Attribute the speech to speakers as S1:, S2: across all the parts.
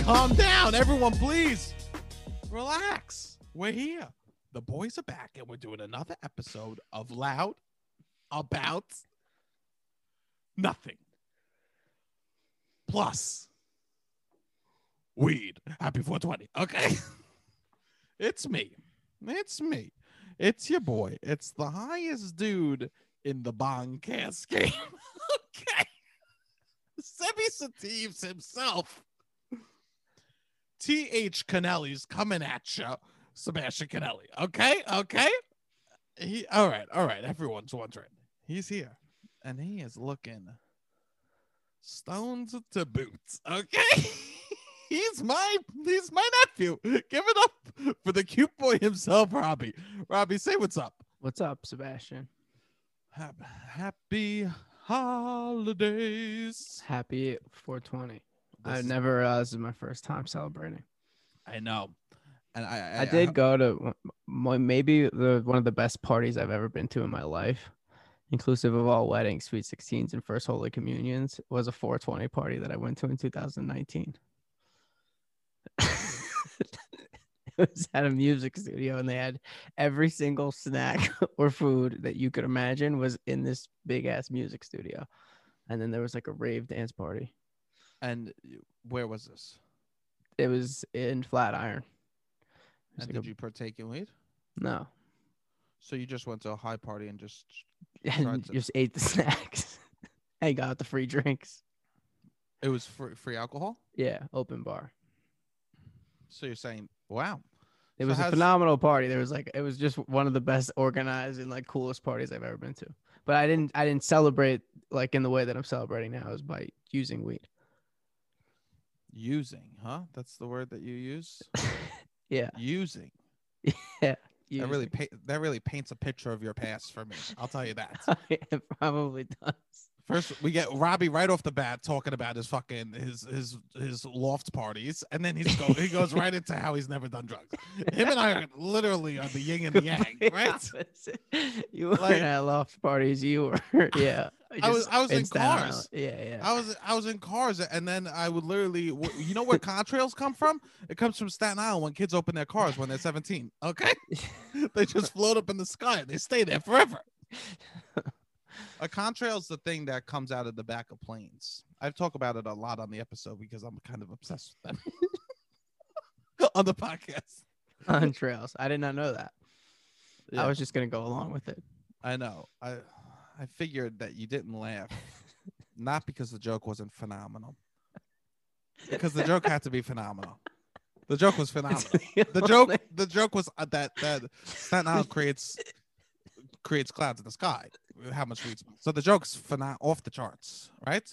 S1: Calm down, everyone, please. Relax. We're here. The boys are back, and we're doing another episode of Loud About Nothing. Plus, weed. Happy 420. Okay. it's me. It's me. It's your boy. It's the highest dude in the Boncast game. okay. Semi Satives himself. T.H. Canelli's coming at you, Sebastian Canelli. Okay, okay. He, all right, all right. Everyone's wondering. He's here, and he is looking stones to boots. Okay, he's my he's my nephew. Give it up for the cute boy himself, Robbie. Robbie, say what's up.
S2: What's up, Sebastian?
S1: Hap- Happy holidays.
S2: Happy 420.
S1: This-
S2: I've never, uh, this is my first time celebrating.
S1: I know, and I I,
S2: I, did go to m- m- maybe the one of the best parties I've ever been to in my life, inclusive of all weddings, sweet 16s, and first Holy Communions, was a 420 party that I went to in 2019. it was at a music studio, and they had every single snack or food that you could imagine was in this big ass music studio. And then there was like a rave dance party.
S1: And where was this?
S2: It was in Flatiron. It was
S1: And
S2: like a-
S1: did you partake in weed?
S2: no,
S1: So you just went to a high party and just
S2: and
S1: to-
S2: just ate the snacks and got the free drinks.
S1: it was free, free alcohol.
S2: Yeah, open bar.
S1: So you're saying, wow,
S2: It
S1: So
S2: was a
S1: how's-
S2: phenomenal party. There was like it was just one of the best organized and like coolest parties I've ever been to. But I didn't I didn't celebrate like in the way that I'm celebrating now is by using weed.
S1: using, huh? That's the word that you use.
S2: Yeah.
S1: using. That really pa- that really paints a picture of your past for me. I'll tell you that.
S2: really it probably does.
S1: First, we get Robbie right off the bat talking about his fucking his his his loft parties, and then he's go he goes right into how he's never done drugs. Him and I are literally are the yin and the yang,
S2: Complete
S1: right?
S2: opposite. You were
S1: Like-
S2: at loft parties. You were yeah.
S1: I was-
S2: just
S1: I was in
S2: instant out.
S1: cars.
S2: Yeah, yeah.
S1: I was I was in cars, and then I would literally, w- you know, where contrails come from? It comes from Staten Island when kids open their cars when they're 17. Okay, they just float up in the sky. They stay there forever. A contrail is the thing that comes out of the back of planes. I've talked about it a lot on the episode because I'm kind of obsessed with them on the podcast.
S2: on trails. I did not know that.
S1: Yeah.
S2: I was just gonna go along with it.
S1: I know. I I figured that you didn't laugh, not because the joke wasn't phenomenal, because the joke had to be phenomenal. The joke was phenomenal. the joke the joke was uh, that that Staten Island creates creates clouds in the sky. with How much weed smells. So the joke's phena- off the charts, right?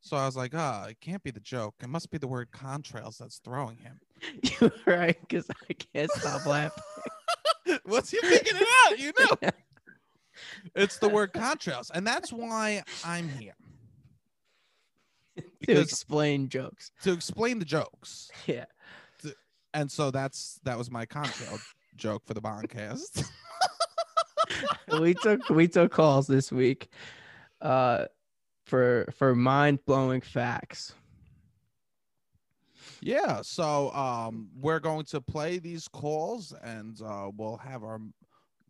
S1: So I was like, ah, it can't be the joke. It must be the word contrails that's throwing him.
S2: You're right, because I can't stop laughing.
S1: Once you're picking it out, you know. It's the word contrails, and that's why I'm here
S2: to
S1: Because-
S2: explain jokes.
S1: to explain the jokes.
S2: Yeah.
S1: And so that's that was my contrail joke for the podcast.
S2: we took we took calls this week uh for for mind blowing facts.
S1: Yeah, so um, we're going to play these calls, and uh, we'll have our m-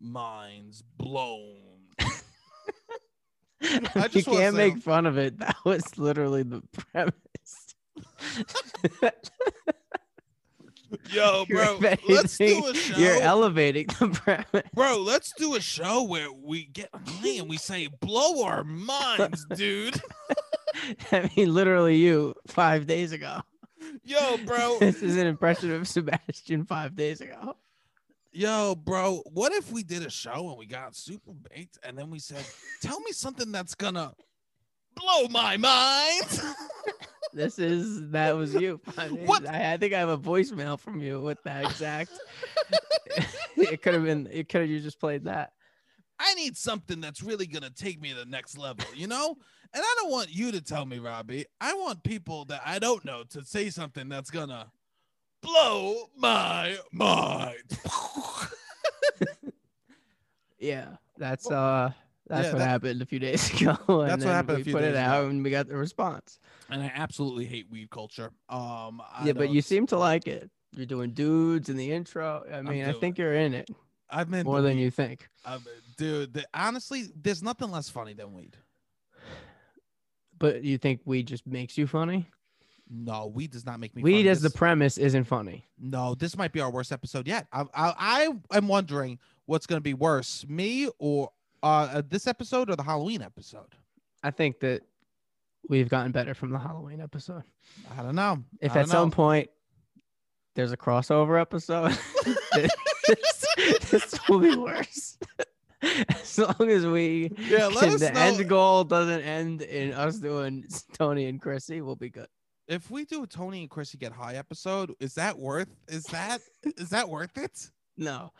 S1: minds blown. I
S2: you
S1: just wanna
S2: can't
S1: say-
S2: make fun of it. That was literally the premise.
S1: Yo,
S2: You're
S1: bro, let's do a
S2: elevating-
S1: show,
S2: You're elevating the premise.
S1: bro. Let's do a show where we get high and we say blow our minds, dude.
S2: I mean, literally, you five days ago.
S1: Yo, bro.
S2: this is an impression of Sebastian five days ago.
S1: Yo, bro, what if we did a show and we got super baked and then we said, tell me something that's gonna blow my mind?
S2: This is that was you. five days-
S1: What?
S2: I, I think I have a voicemail from you with that exact. it could have been. It could have. You just played that.
S1: I need something that's really gonna take me to the next level, you know? And I don't want you to tell me, Robbie. I want people that I don't know to say something that's gonna blow my mind.
S2: Yeah, that's uh, That's
S1: Yeah,
S2: what
S1: that-
S2: happened a few days ago. And
S1: That's what
S2: then
S1: happened a
S2: We
S1: few
S2: put it
S1: days
S2: out
S1: ago.
S2: and we got the response.
S1: and I absolutely hate weed culture. Um, I
S2: yeah, but
S1: don't-
S2: you seem to like it. You're doing dudes in the intro. I mean, I
S1: doing
S2: think you're in it
S1: I've been
S2: more than you think.
S1: i dude. The, honestly, there's nothing less funny than weed.
S2: But you think weed just makes you funny?
S1: No, weed does not make me.
S2: Weed
S1: funny.
S2: as the
S1: This-
S2: premise isn't funny.
S1: no. This might be our worst episode yet. I I, I am wondering what's gonna be worse, me or uh this episode or the Halloween episode.
S2: I think that we've gotten better from the Halloween episode.
S1: I don't know.
S2: If
S1: I
S2: at
S1: don't
S2: some
S1: know.
S2: point there's a crossover episode, this, this will be worse. As long as we
S1: Yeah, let
S2: can-
S1: us
S2: the
S1: know.
S2: end goal doesn't end in us doing Tony and Chrissy, we'll be good.
S1: if we do a Tony and Chrissy get high episode, is that worth? Is that is that worth it?
S2: No,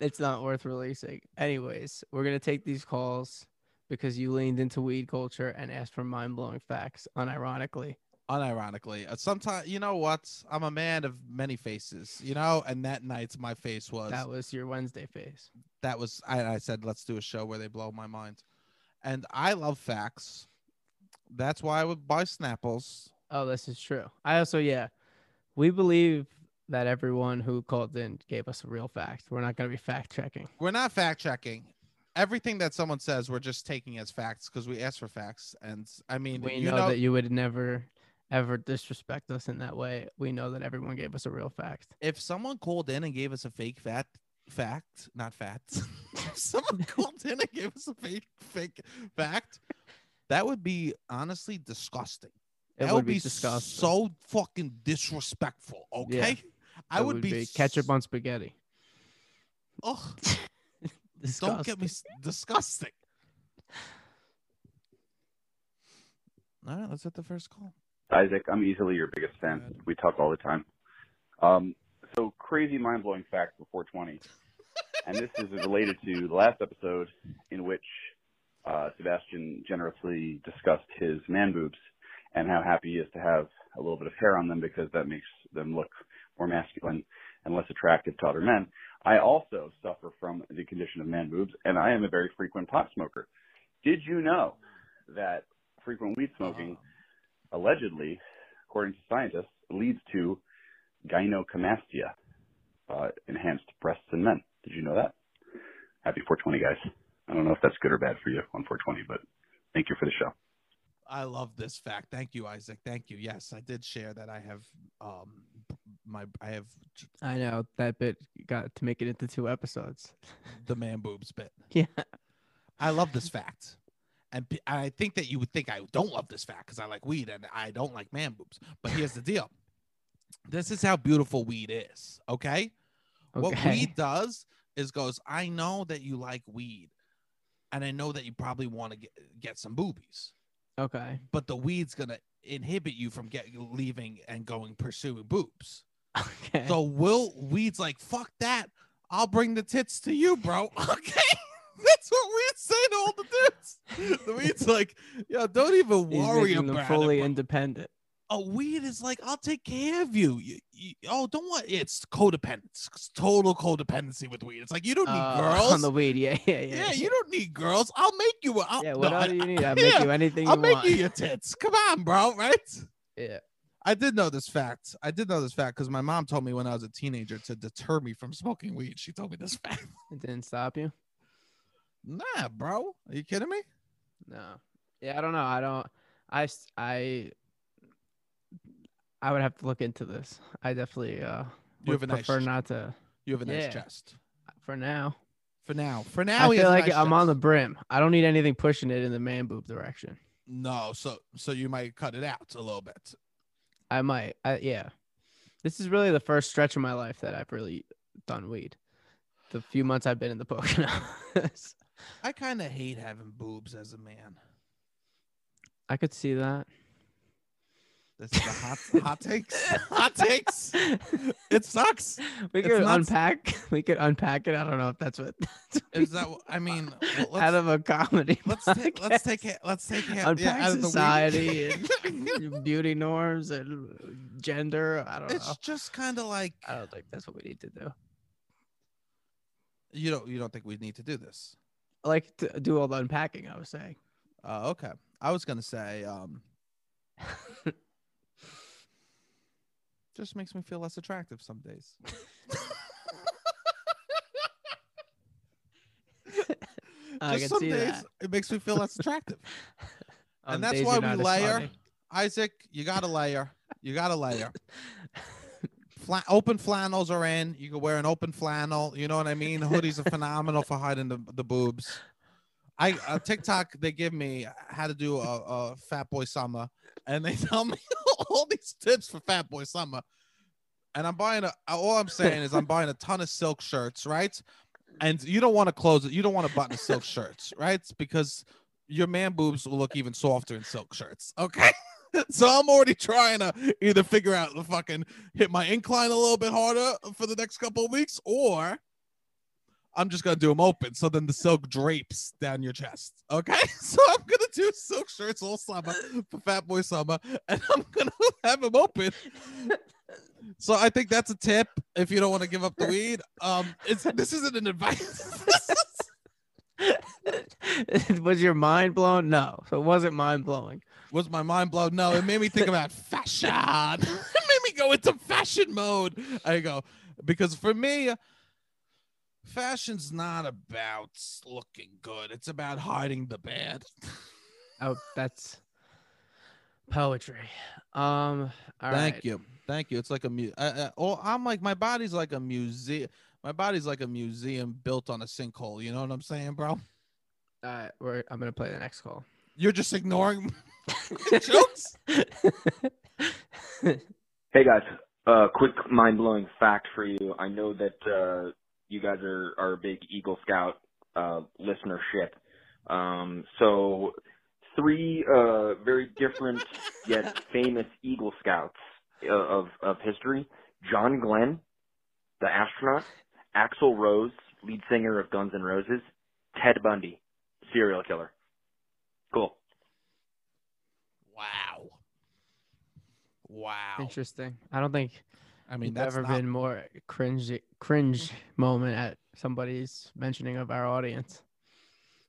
S2: it's not worth releasing. Anyways, we're gonna take these calls because you leaned into weed culture and asked for mind blowing facts, unironically.
S1: Unironically, sometimes you know what? I'm a man of many faces, you know. And that night's my face was
S2: That was your Wednesday phase.
S1: that was I, I said let's do a show where they blow my mind and i love facts that's why i would buy snapples
S2: Oh, this is true. I also, yeah, we believe that everyone who called in gave us a real fact. We're not going to be fact checking.
S1: we're not fact checking everything that someone says we're just taking as facts because we ask for facts and i mean
S2: We
S1: you
S2: know,
S1: know,
S2: that you would never, ever disrespect us in that way. We know that everyone gave us a real fact.
S1: if someone called in and gave us a fake fat fact not fat if someone called in and gave us a fake fake fact that would be honestly disgusting
S2: It
S1: that
S2: would be,
S1: be
S2: disgusting.
S1: so fucking disrespectful okay i
S2: It
S1: would, be,
S2: ketchup on spaghetti.
S1: Ugh.
S2: Disgusting.
S1: Don't get me s- disgusting. All right, let's hit the first call.
S3: Isaac, I'm easily your biggest fan.
S1: Good.
S3: We talk all the time. Um, so crazy, mind-blowing fact before 20, and this is related to the last episode in which uh, Sebastian generously discussed his man boobs and how happy he is to have a little bit of hair on them because that makes them look more masculine and less attractive to other men. I also suffer from the condition of man boobs, and I am a very frequent pot smoker. Did you know that frequent weed smoking
S1: Uh,
S3: allegedly, according to scientists, leads to gynecomastia, uh, enhanced breasts in men. Did you know that? Happy 420, guys. I don't know if that's good or bad for you on 420, but thank you for the show.
S1: I love this fact. Thank you, Isaac. Thank you. Yes, I did share that I have um b- my I have j-
S2: I know that bit got to make it into two episodes.
S1: the man boobs bit.
S2: Yeah.
S1: I love this fact. And p- I think that you would think I don't love this fact because I like weed and I don't like man boobs. But here's the deal. This is how beautiful weed is. Okay. What
S2: Okay.
S1: weed does is goes, I know that you like weed, and I know that you probably want to get, get some boobies,
S2: okay.
S1: but the weed's gonna inhibit you from get leaving and going pursuing boobs.
S2: Okay.
S1: So will weed's like, fuck that. I'll bring the tits to you, bro. Okay. That's what we'd say to all the dudes. The weed's like, yo, don't even
S2: He's
S1: worry
S2: making them
S1: about
S2: fully
S1: it. bro."
S2: independent.
S1: a weed is like I'll take care of you. You- you- oh, don't want it's codependence, It's total codependency with weed. It's like you don't need
S2: Uh,
S1: girls.
S2: on the weed. Yeah, yeah, yeah.
S1: yeah, you don't need girls. I'll make you. A, I'll,
S2: Yeah, what
S1: no,
S2: all
S1: I-
S2: do you need? I'll make
S1: yeah,
S2: you anything
S1: I'll
S2: you
S1: make
S2: want.
S1: you your tits. Come on, bro. Right?
S2: Yeah.
S1: I did know this fact. I did know this fact because my mom told me when I was a teenager to deter me from smoking weed. She told me this fact.
S2: It didn't stop you?
S1: Nah, bro. Are you kidding me?
S2: No. Yeah, I don't know. I don't I s- I I would have to look into this. I definitely uh
S1: You
S2: would
S1: have a nice.
S2: prefer not to
S1: you have a nice
S2: Yeah.
S1: chest.
S2: for now.
S1: For now. For now,
S2: I
S1: he
S2: feel
S1: has a
S2: like
S1: nice
S2: I'm on the
S1: chest.
S2: brim. I don't need anything pushing it in the man boob direction.
S1: No, so so you might cut it out a little bit.
S2: I might. I, yeah. This is really the first stretch of my life that I've really done weed. The few months I've been in the Poconos.
S1: I kind of hate having boobs as a man.
S2: I could see that.
S1: This is the hot hot takes. Hot takes. It sucks.
S2: we
S1: It's
S2: could
S1: not-
S2: unpack we could unpack it i don't know if that's what that's what
S1: Is
S2: we-
S1: that? wh- I mean, well, let's
S2: out of a comedy
S1: let's take, let's
S2: podcast.
S1: take it. Let's take it.
S2: unpack
S1: yeah, out of the weed.
S2: society and beauty norms and uh, gender i don't know
S1: it's just kind of like
S2: i don't think that's what we need to do
S1: you don't you don't think we need to do this.
S2: like to do all the unpacking. I was saying.
S1: Uh, okay. I was gonna say, um, just makes me feel less attractive some days.
S2: I
S1: Just
S2: can
S1: some
S2: see
S1: days
S2: that.
S1: it makes me feel less attractive.
S2: On
S1: and that's
S2: days
S1: why
S2: you're
S1: we
S2: not as
S1: layer.
S2: funny.
S1: Isaac, you got a layer. You got a layer. Fla- open flannels are in. You can wear an open flannel. You know what I mean? Hoodies are phenomenal for hiding the, the boobs. I uh, TikTok they give me how to do a, a Fat Boy Summer, and they tell me all these tips for Fat Boy Summer. And I'm buying a. uh, All I'm saying is I'm buying a ton of silk shirts, right? And you don't want to close it. You don't want to button silk shirts, right? Because your man boobs will look even softer in silk shirts. Okay. So I'm already trying to either figure out the fucking hit my incline a little bit harder for the next couple of weeks, or I'm just gonna do them open. So then the silk drapes down your chest. Okay. So I'm gonna do silk shirts all summer for Fat Boy Summer, and I'm gonna have them open. So I think that's a tip if you don't want to give up the weed. Um, it's this isn't an advice.
S2: was your mind blown? No. So it wasn't mind blowing.
S1: Was my mind blown? No, it made me think about fashion. it made me go into fashion mode. I go because for me, fashion's not about looking good. It's about hiding the bad.
S2: Oh, that's poetry. Um, all
S1: Thank
S2: right.
S1: you, thank you. It's like a mu. Uh, uh, oh, I'm like my body's like a museum. My body's like a museum built on a sinkhole. You know what I'm saying, bro?
S2: All right, Uh, we're, I'm gonna play the next call.
S1: You're just ignoring jokes.
S4: Hey guys, uh, quick mind blowing fact for you. I know that uh, you guys are, are a big Eagle Scout uh, listenership. Um, so, three uh, very different yet famous Eagle Scouts uh, of, of history John Glenn, the astronaut, Axl Rose, lead singer of Guns N' Roses, Ted Bundy, serial killer. Cool.
S1: Wow. Wow.
S2: Interesting. I don't think
S1: I
S2: I mean,
S1: mean, that's
S2: never
S1: not-
S2: been more cringe cringe moment at somebody's mentioning of our audience.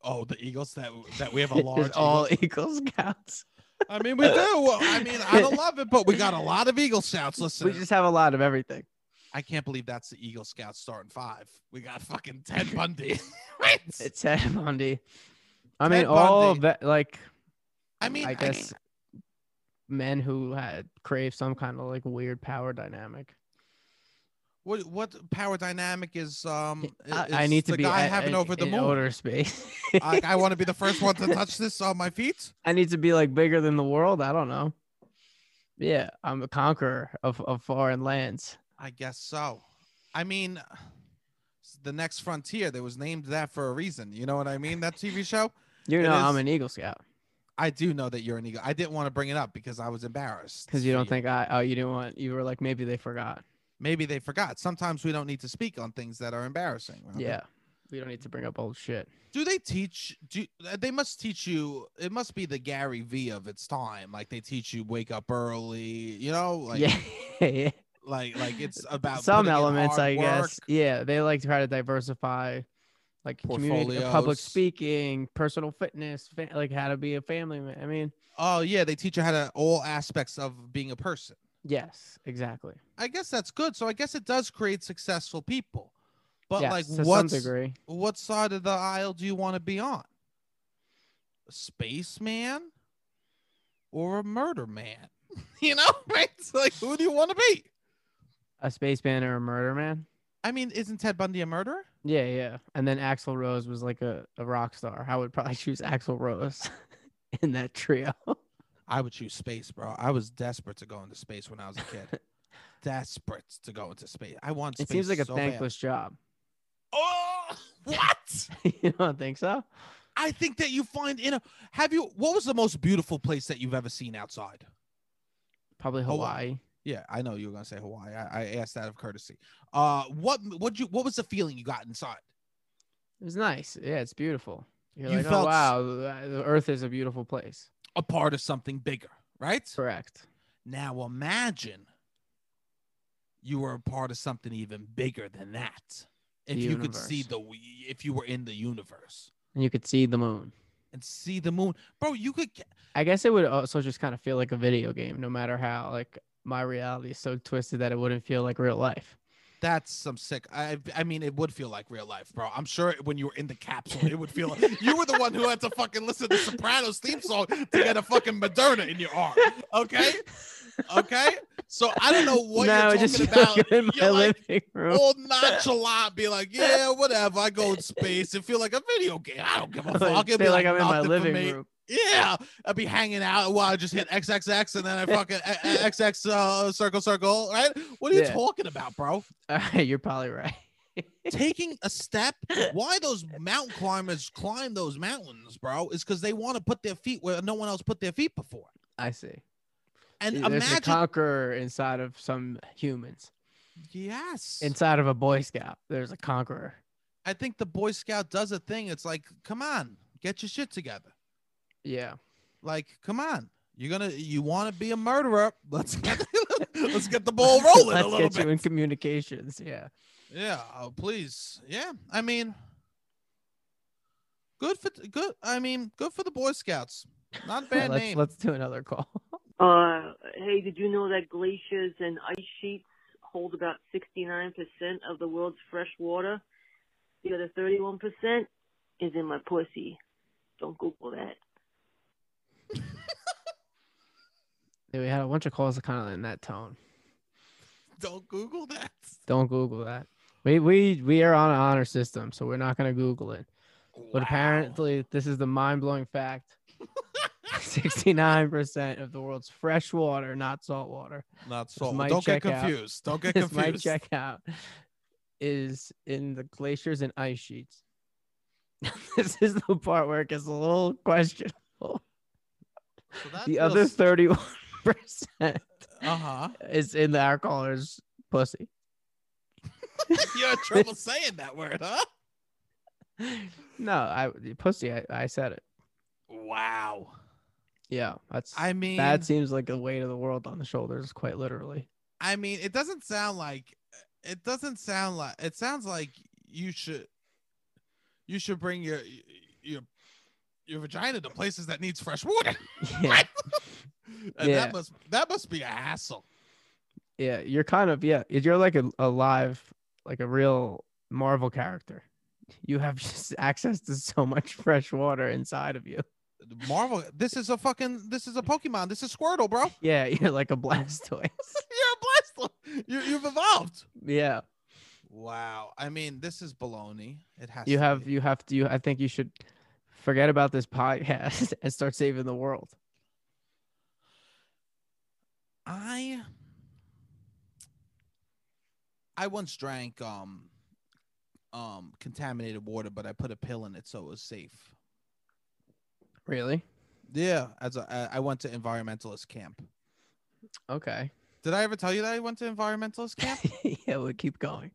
S1: Oh, the Eagles that that we have a large.
S2: It's all
S1: Eagle-
S2: Eagle Scouts.
S1: I mean, we do. I mean, I don't love it, but we got a lot of Eagle Scouts. Listen,
S2: We just have a lot of everything.
S1: I can't believe that's the Eagle Scouts starting five. We got fucking Ted Bundy. right?
S2: It's Ted Bundy. I
S1: Ted
S2: mean, all
S1: Bundy.
S2: that. Like,
S1: I mean,
S2: I guess men who had crave some kind of like weird power dynamic.
S1: what what power dynamic is um?
S2: I,
S1: is
S2: I need to
S1: the
S2: be
S1: guy
S2: a-
S1: having
S2: in-
S1: over the
S2: in
S1: moon.
S2: outer space.
S1: I, I want to be the first one to touch this on my feet.
S2: I need to be like bigger than the world. I don't know. Yeah, I'm a conqueror of, of foreign lands.
S1: I guess so. I mean, the next frontier. That was named that for a reason. You know what I mean? That TV show.
S2: You
S1: It
S2: know, I'm
S1: is-
S2: an Eagle Scout
S1: I do know that you're an eagle. I didn't want to bring it up because I was embarrassed.
S2: because you
S1: for
S2: don't think I. Oh, you didn't want. You were like maybe they forgot.
S1: maybe they forgot. Sometimes we don't need to speak on things that are embarrassing. Robin.
S2: Yeah, we don't need to bring up old shit.
S1: Do they teach? Do uh, they must teach you? It must be the Gary V of its time. Like they teach you wake up early. You know, like
S2: yeah, yeah.
S1: like like it's about
S2: some
S1: putting in
S2: elements,
S1: hard
S2: I guess.
S1: work.
S2: Yeah, they like try to diversify, like community, uh, public
S1: Portfolios.
S2: speaking, personal fitness, fa- like how to be a family man. I mean,
S1: Oh yeah, they teach you how to all aspects of being a person.
S2: yes, exactly.
S1: I guess that's good. So I guess it does create successful people. But
S2: Yes,
S1: like
S2: to some
S1: what's
S2: degree,
S1: what side of the aisle do you want to be on? A spaceman or a murder man? you know, right? It's like, who do you want to be?
S2: a spaceman or a murder man.
S1: I mean, isn't Ted Bundy a murderer?
S2: Yeah, yeah. And then Axl Rose was like a, a rock star. I would probably choose Axl Rose in that trio.
S1: I would choose space, bro. I was desperate to go into space when I was a kid. desperate to go into space. I want space.
S2: it seems like a
S1: so bad.
S2: thankless job.
S1: Oh, what?
S2: you don't think so?
S1: I think that you find in a. Have you? What was the most beautiful place that you've ever seen outside?
S2: Probably
S1: Hawaii.
S2: Hawaii.
S1: Yeah, I know you were gonna say Hawaii. I, I asked that of courtesy. Uh, what what you what was the feeling you got inside?
S2: It was nice. Yeah, it's beautiful. You're
S1: You
S2: like,
S1: felt s-
S2: oh, wow, the the earth is a beautiful place.
S1: A part of something bigger, right?
S2: Correct.
S1: Now imagine you were a part of something even bigger than that. If
S2: The
S1: you could see
S2: universe.
S1: the we- if you were in the universe,
S2: and you could see the moon.
S1: and see the moon, bro. You could get,
S2: I guess it would also just kind of feel like a video game, no matter how like my reality is so twisted that it wouldn't feel like real life.
S1: that's some sick. I I mean, it would feel like real life, bro. I'm sure when you were in the capsule, it would feel like you were the one who had to fucking listen to Sopranos theme song to get a fucking Moderna in your arm. Okay, okay. So I don't know what
S2: no,
S1: you're talking
S2: it just
S1: about.
S2: feel good in my
S1: You're like, oh,
S2: living room.
S1: old nonchalant be like, yeah, whatever. I go in space and feel like a video game. I don't give a fuck. It'd be
S2: feel like I'm in my
S1: nothing for
S2: living
S1: me.
S2: room.
S1: Yeah, I'd be hanging out while I just hit XXX and then I fucking XX uh, circle circle. Right? What are you
S2: Yeah.
S1: talking about, bro?
S2: All right, you're probably right.
S1: Taking a step. Why those mountain climbers climb those mountains, bro? Is because they want to put their feet where no one else put their feet before.
S2: I see.
S1: And
S2: There's a
S1: imagine,
S2: conqueror inside of some humans.
S1: yes,
S2: Inside of a Boy Scout, there's a conqueror.
S1: I think the Boy Scout does a thing. It's like, come on, get your shit together.
S2: Yeah.
S1: like come on you're gonna you want to be a murderer let's get let's get the ball rolling
S2: Let's
S1: a little
S2: get
S1: bit
S2: you in communications. Yeah.
S1: yeah oh, please yeah i mean good for good i mean good for the boy scouts not a bad
S2: let's,
S1: name
S2: let's do another call.
S5: Uh, hey, did you know that glaciers and ice sheets hold about 69% of the world's fresh water? The other 31% is in my pussy. Don't Google that.
S2: Yeah, we had a bunch of calls kind of in that tone.
S1: don't google that
S2: Don't Google that. We we we are on an honor system, so we're not gonna Google it. But
S1: Wow.
S2: apparently, this is the mind blowing fact: sixty nine percent of the world's fresh water, not salt water.
S1: not
S2: This
S1: so
S2: might
S1: don't get
S2: check out.
S1: confused don't get
S2: This might
S1: confused
S2: check out is in the glaciers and ice sheets. this is the part where it gets a little questionable.
S1: So that
S2: The other
S1: feels-
S2: thirty one percent
S1: uh-huh
S2: is in the our caller's pussy.
S1: you're in trouble saying that word huh
S2: no, I pussy. I, I said it.
S1: wow
S2: Yeah, that's
S1: i mean
S2: that seems like the weight of the world on the shoulders, quite literally.
S1: I mean, it doesn't sound like it doesn't sound like it sounds like you should you should bring your your your vagina to places that needs fresh water.
S2: Yeah,
S1: And
S2: Yeah.
S1: that must that must be a hassle.
S2: yeah. You're kind of yeah. You're like a, a live, like a real Marvel character. You have just access to so much fresh water inside of you.
S1: Marvel, this is a fucking this is a Pokemon. This is Squirtle, bro.
S2: Yeah, you're like a Blastoise.
S1: You're a blast. You you've evolved.
S2: yeah,
S1: Wow. I mean, this is baloney. It has
S2: you
S1: to
S2: have
S1: be.
S2: you have to. You, I think you should forget about this podcast and start saving the world.
S1: I I once drank um um contaminated water, but I put a pill in it so it was safe.
S2: Really?
S1: Yeah, as a, I- I went to environmentalist camp.
S2: Okay.
S1: Did I ever tell you that I went to environmentalist camp
S2: yeah, we'll keep going.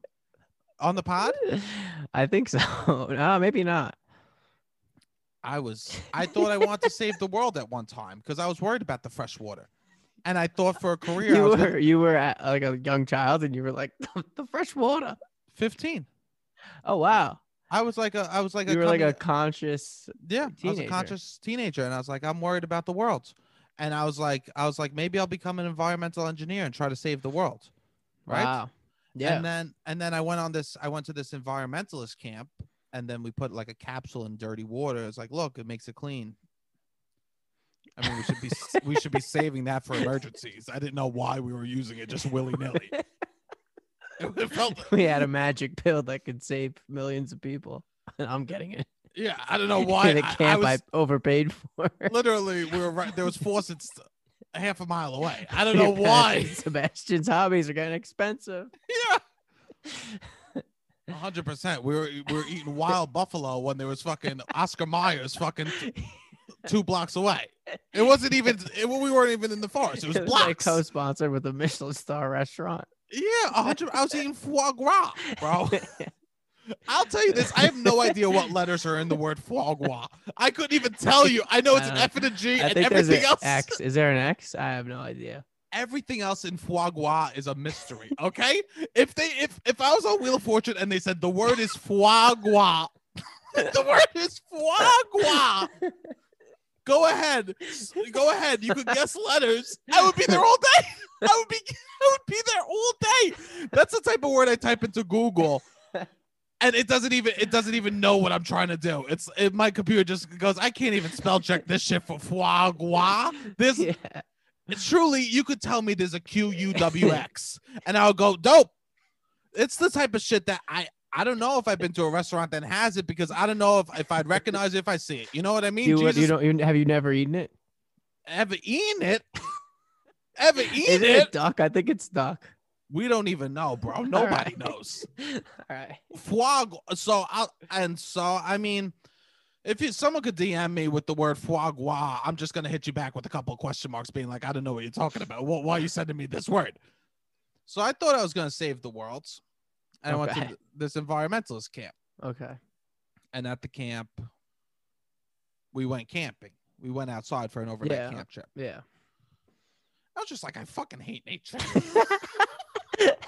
S1: on the pod?
S2: I think so. no, maybe not.
S1: I was I thought I wanted to save the world at one time because I was worried about the fresh water. And I thought for a career I
S2: you
S1: was gonna-
S2: were you were at, like a young child, and you were like the, fresh water.
S1: 15.
S2: Oh wow,
S1: I was like a I was like
S2: you
S1: a
S2: were like
S1: coming-
S2: a conscious.
S1: yeah i was a
S2: teenager.
S1: conscious teenager and i was like i'm worried about the world and i was like i was like maybe i'll become an environmental engineer and try to save the world right
S2: Wow. Yeah.
S1: and then and then i went on this i went to this environmentalist camp and then we put like a capsule in dirty water it's like look it makes it clean i mean we should be s- we should be saving that for emergencies i didn't know why we were using it just willy-nilly it felt
S2: we had a magic pill that could save millions of people, and I'm getting it.
S1: yeah i don't know why
S2: the
S1: I- I
S2: camp
S1: was-
S2: I overpaid for.
S1: literally we were right there was faucets a half a mile away i don't
S2: Your
S1: know why
S2: parents- Sebastian's hobbies are getting expensive.
S1: yeah 100% we were we were eating wild buffalo when there was fucking oscar myers fucking two blocks away it wasn't even it, we weren't even in the forest it was
S2: like
S1: blocks
S2: co-sponsored with a Michelin star restaurant.
S1: yeah 100 i was eating foie gras bro i'll tell you this i have no idea what letters are in the word foie gras i couldn't even tell you i know it's an
S2: Uh,
S1: f and a g
S2: I
S1: and
S2: think there's
S1: everything
S2: an
S1: else
S2: X. Is there an X? I have no idea.
S1: everything else in foie gras is a mystery. Okay, if they if if I was on Wheel of Fortune and they said the word is foie gras, the word is foie gras. Go ahead. S- Go ahead. You could guess letters. I would be there all day. I would be I would be there all day. That's the type of word I type into Google. And it doesn't even it doesn't even know what I'm trying to do. It's it, my computer just goes, I can't even spell check this shit for foie gras. This
S2: yeah.
S1: it's truly, you could tell me there's a Q U W X, and I'll go dope. It's the type of shit that I I don't know if I've been to a restaurant that has it because I don't know if, if I'd recognize it if I see it. You know what I mean?
S2: You, would-
S1: Jesus,
S2: you don't you, have you never eaten it?
S1: ever eaten it? ever
S2: Is
S1: eaten
S2: it a
S1: it?
S2: duck? I think it's duck.
S1: We don't even know, bro. Nobody
S2: right.
S1: knows.
S2: All right.
S1: foie gras. So I and so I mean, if you, someone could DM me with the word foie gras, I'm just gonna hit you back with a couple of question marks, being like, I don't know what you're talking about. Why, why are you sending me this word? So I thought I was gonna save the world, and I went to
S2: Okay.
S1: th- this environmentalist camp.
S2: Okay.
S1: And at the camp, we went camping. We went outside for an overnight
S2: Yeah.
S1: camp trip.
S2: Yeah.
S1: I was just like, I fucking hate nature.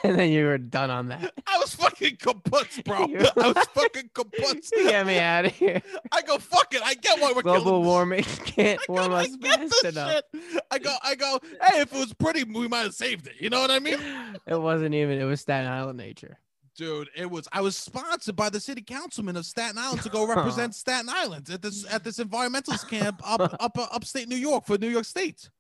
S2: and then you were done on that.
S1: I was fucking kaputz, bro.
S2: You're
S1: I was
S2: right.
S1: fucking kaputz.
S2: Get me out of here.
S1: I go, fuck it. I get why we're
S2: Global
S1: killing this
S2: warming can't
S1: I
S2: warm
S1: go,
S2: us
S1: "I get
S2: fast
S1: this
S2: enough.
S1: shit." uh, I go, I go, hey, if it was pretty, we might have saved it. You know what I mean?
S2: It wasn't even. It was Staten Island nature.
S1: Dude, it was I was sponsored by the city councilman of Staten Island to go represent Staten Island at this at this environmentalist camp up up uh, upstate New York for New York State.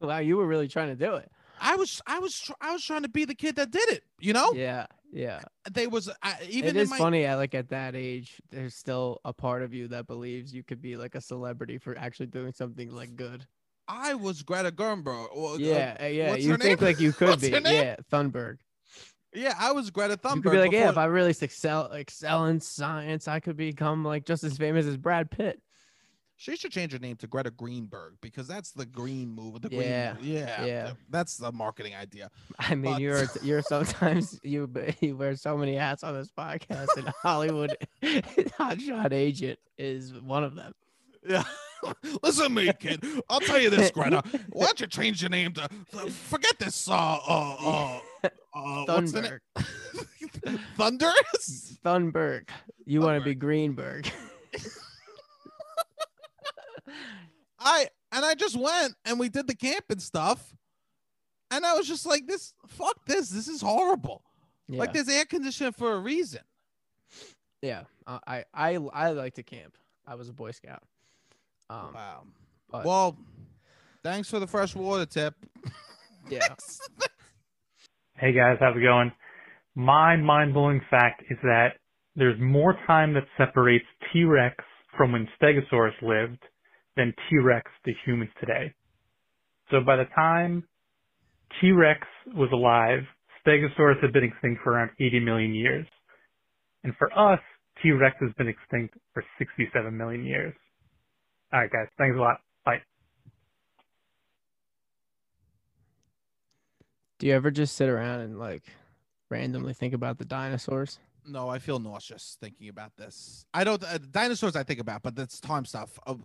S2: Wow, you were really trying to do it.
S1: I was I was tr- I was trying to be the kid that did it, you know?
S2: Yeah, yeah.
S1: They was I, Oh. even
S2: it
S1: in
S2: is
S1: my
S2: funny. I like at that age, there's still a part of you that believes you could be like a celebrity for actually doing something like good.
S1: I was Greta Gerber. Or, uh,
S2: yeah, uh, yeah.
S1: what's
S2: You
S1: her
S2: think
S1: name?
S2: like you could
S1: What's
S2: be.
S1: her name?
S2: Yeah, Thunberg.
S1: yeah, I was Greta Thunberg.
S2: You could be like, yeah,
S1: before-
S2: if I really excel, excel in science, I could become like just as famous as Brad Pitt.
S1: She should change her name to Greta Greenberg because that's the green move. The green,
S2: Yeah,
S1: yeah,
S2: yeah.
S1: That's the marketing idea.
S2: I mean,
S1: But-
S2: you're you're sometimes you b- you wear so many hats on this podcast, and Hollywood hotshot agent is one of them.
S1: Yeah. Listen to me, kid. I'll tell you this, Greta. Why don't you change your name to forget this? Uh, uh, uh, uh what's the name?
S2: Thunberg,
S1: Thunder.
S2: Thunberg. You want to be
S1: Thunberg.
S2: Greenberg?
S1: I and I just went and we did the camp and stuff, and I was just like, this, fuck this, this is horrible.
S2: yeah,
S1: Like there's air conditioning for a reason.
S2: yeah. Uh, I I I like to camp. I was a Boy Scout. Um,
S1: wow.
S2: but-
S1: well, thanks for the fresh water tip.
S2: yeah.
S6: Hey guys, how's it going? My mind blowing fact is that there's more time that separates T Rex from when Stegosaurus lived than T Rex to humans today. So by the time T Rex was alive, Stegosaurus had been extinct for around 80 million years. And for us, T Rex has been extinct for 67 million years. Alright guys, thanks a lot. Bye.
S2: Do you ever just sit around and like randomly think about the dinosaurs?
S1: No, I feel nauseous thinking about this. I don't uh, dinosaurs. I think about, but that's time stuff. Uh,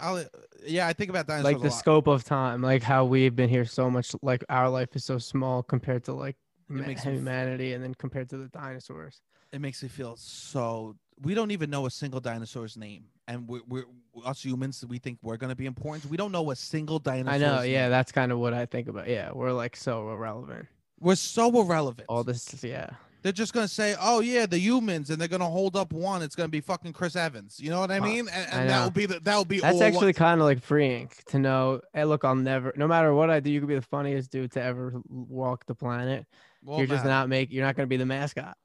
S1: I'll, yeah, I think about dinosaurs.
S2: like the
S1: a lot.
S2: scope of time, like how we've been here so much, like our life is so small compared to like ma-
S1: makes me f-
S2: humanity, and then compared to the dinosaurs.
S1: It makes me feel so. We don't even know a single dinosaur's name, and we're, we're us humans. We think we're gonna be important. We don't know a single dinosaur.
S2: I know, yeah, that's kind of what I think about. Yeah, we're like so irrelevant.
S1: we're so irrelevant.
S2: All this, is- yeah,
S1: they're just gonna say, "Oh yeah, the humans," and they're gonna hold up one. It's gonna be fucking Chris Evans. You know what I
S2: Huh,
S1: mean? And,
S2: I
S1: and that
S2: know.
S1: will be the that will be.
S2: that's
S1: all
S2: actually kind of like freeing to know. Hey, look, I'll never, no matter what I do, you could be the funniest dude to ever l- walk the planet.
S1: what,
S2: you're just not make. You're not gonna be the mascot.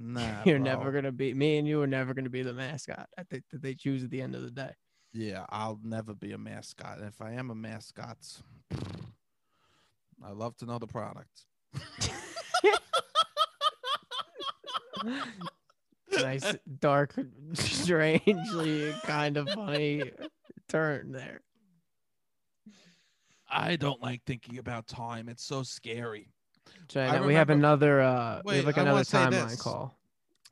S1: Nah,
S2: you're
S1: bro.
S2: never gonna be. Me and you are never gonna be the mascot. I think that they choose at the end of the day.
S1: Yeah, I'll never be a mascot. If I am a mascot, I love to know the product.
S2: nice dark strangely kind of funny turn there
S1: I don't like thinking about time. It's so scary.
S2: China,
S1: I
S2: we have
S1: remember-
S2: another uh we
S1: Wait,
S2: have like
S1: I wanna
S2: another
S1: say
S2: timeline
S1: this.
S2: call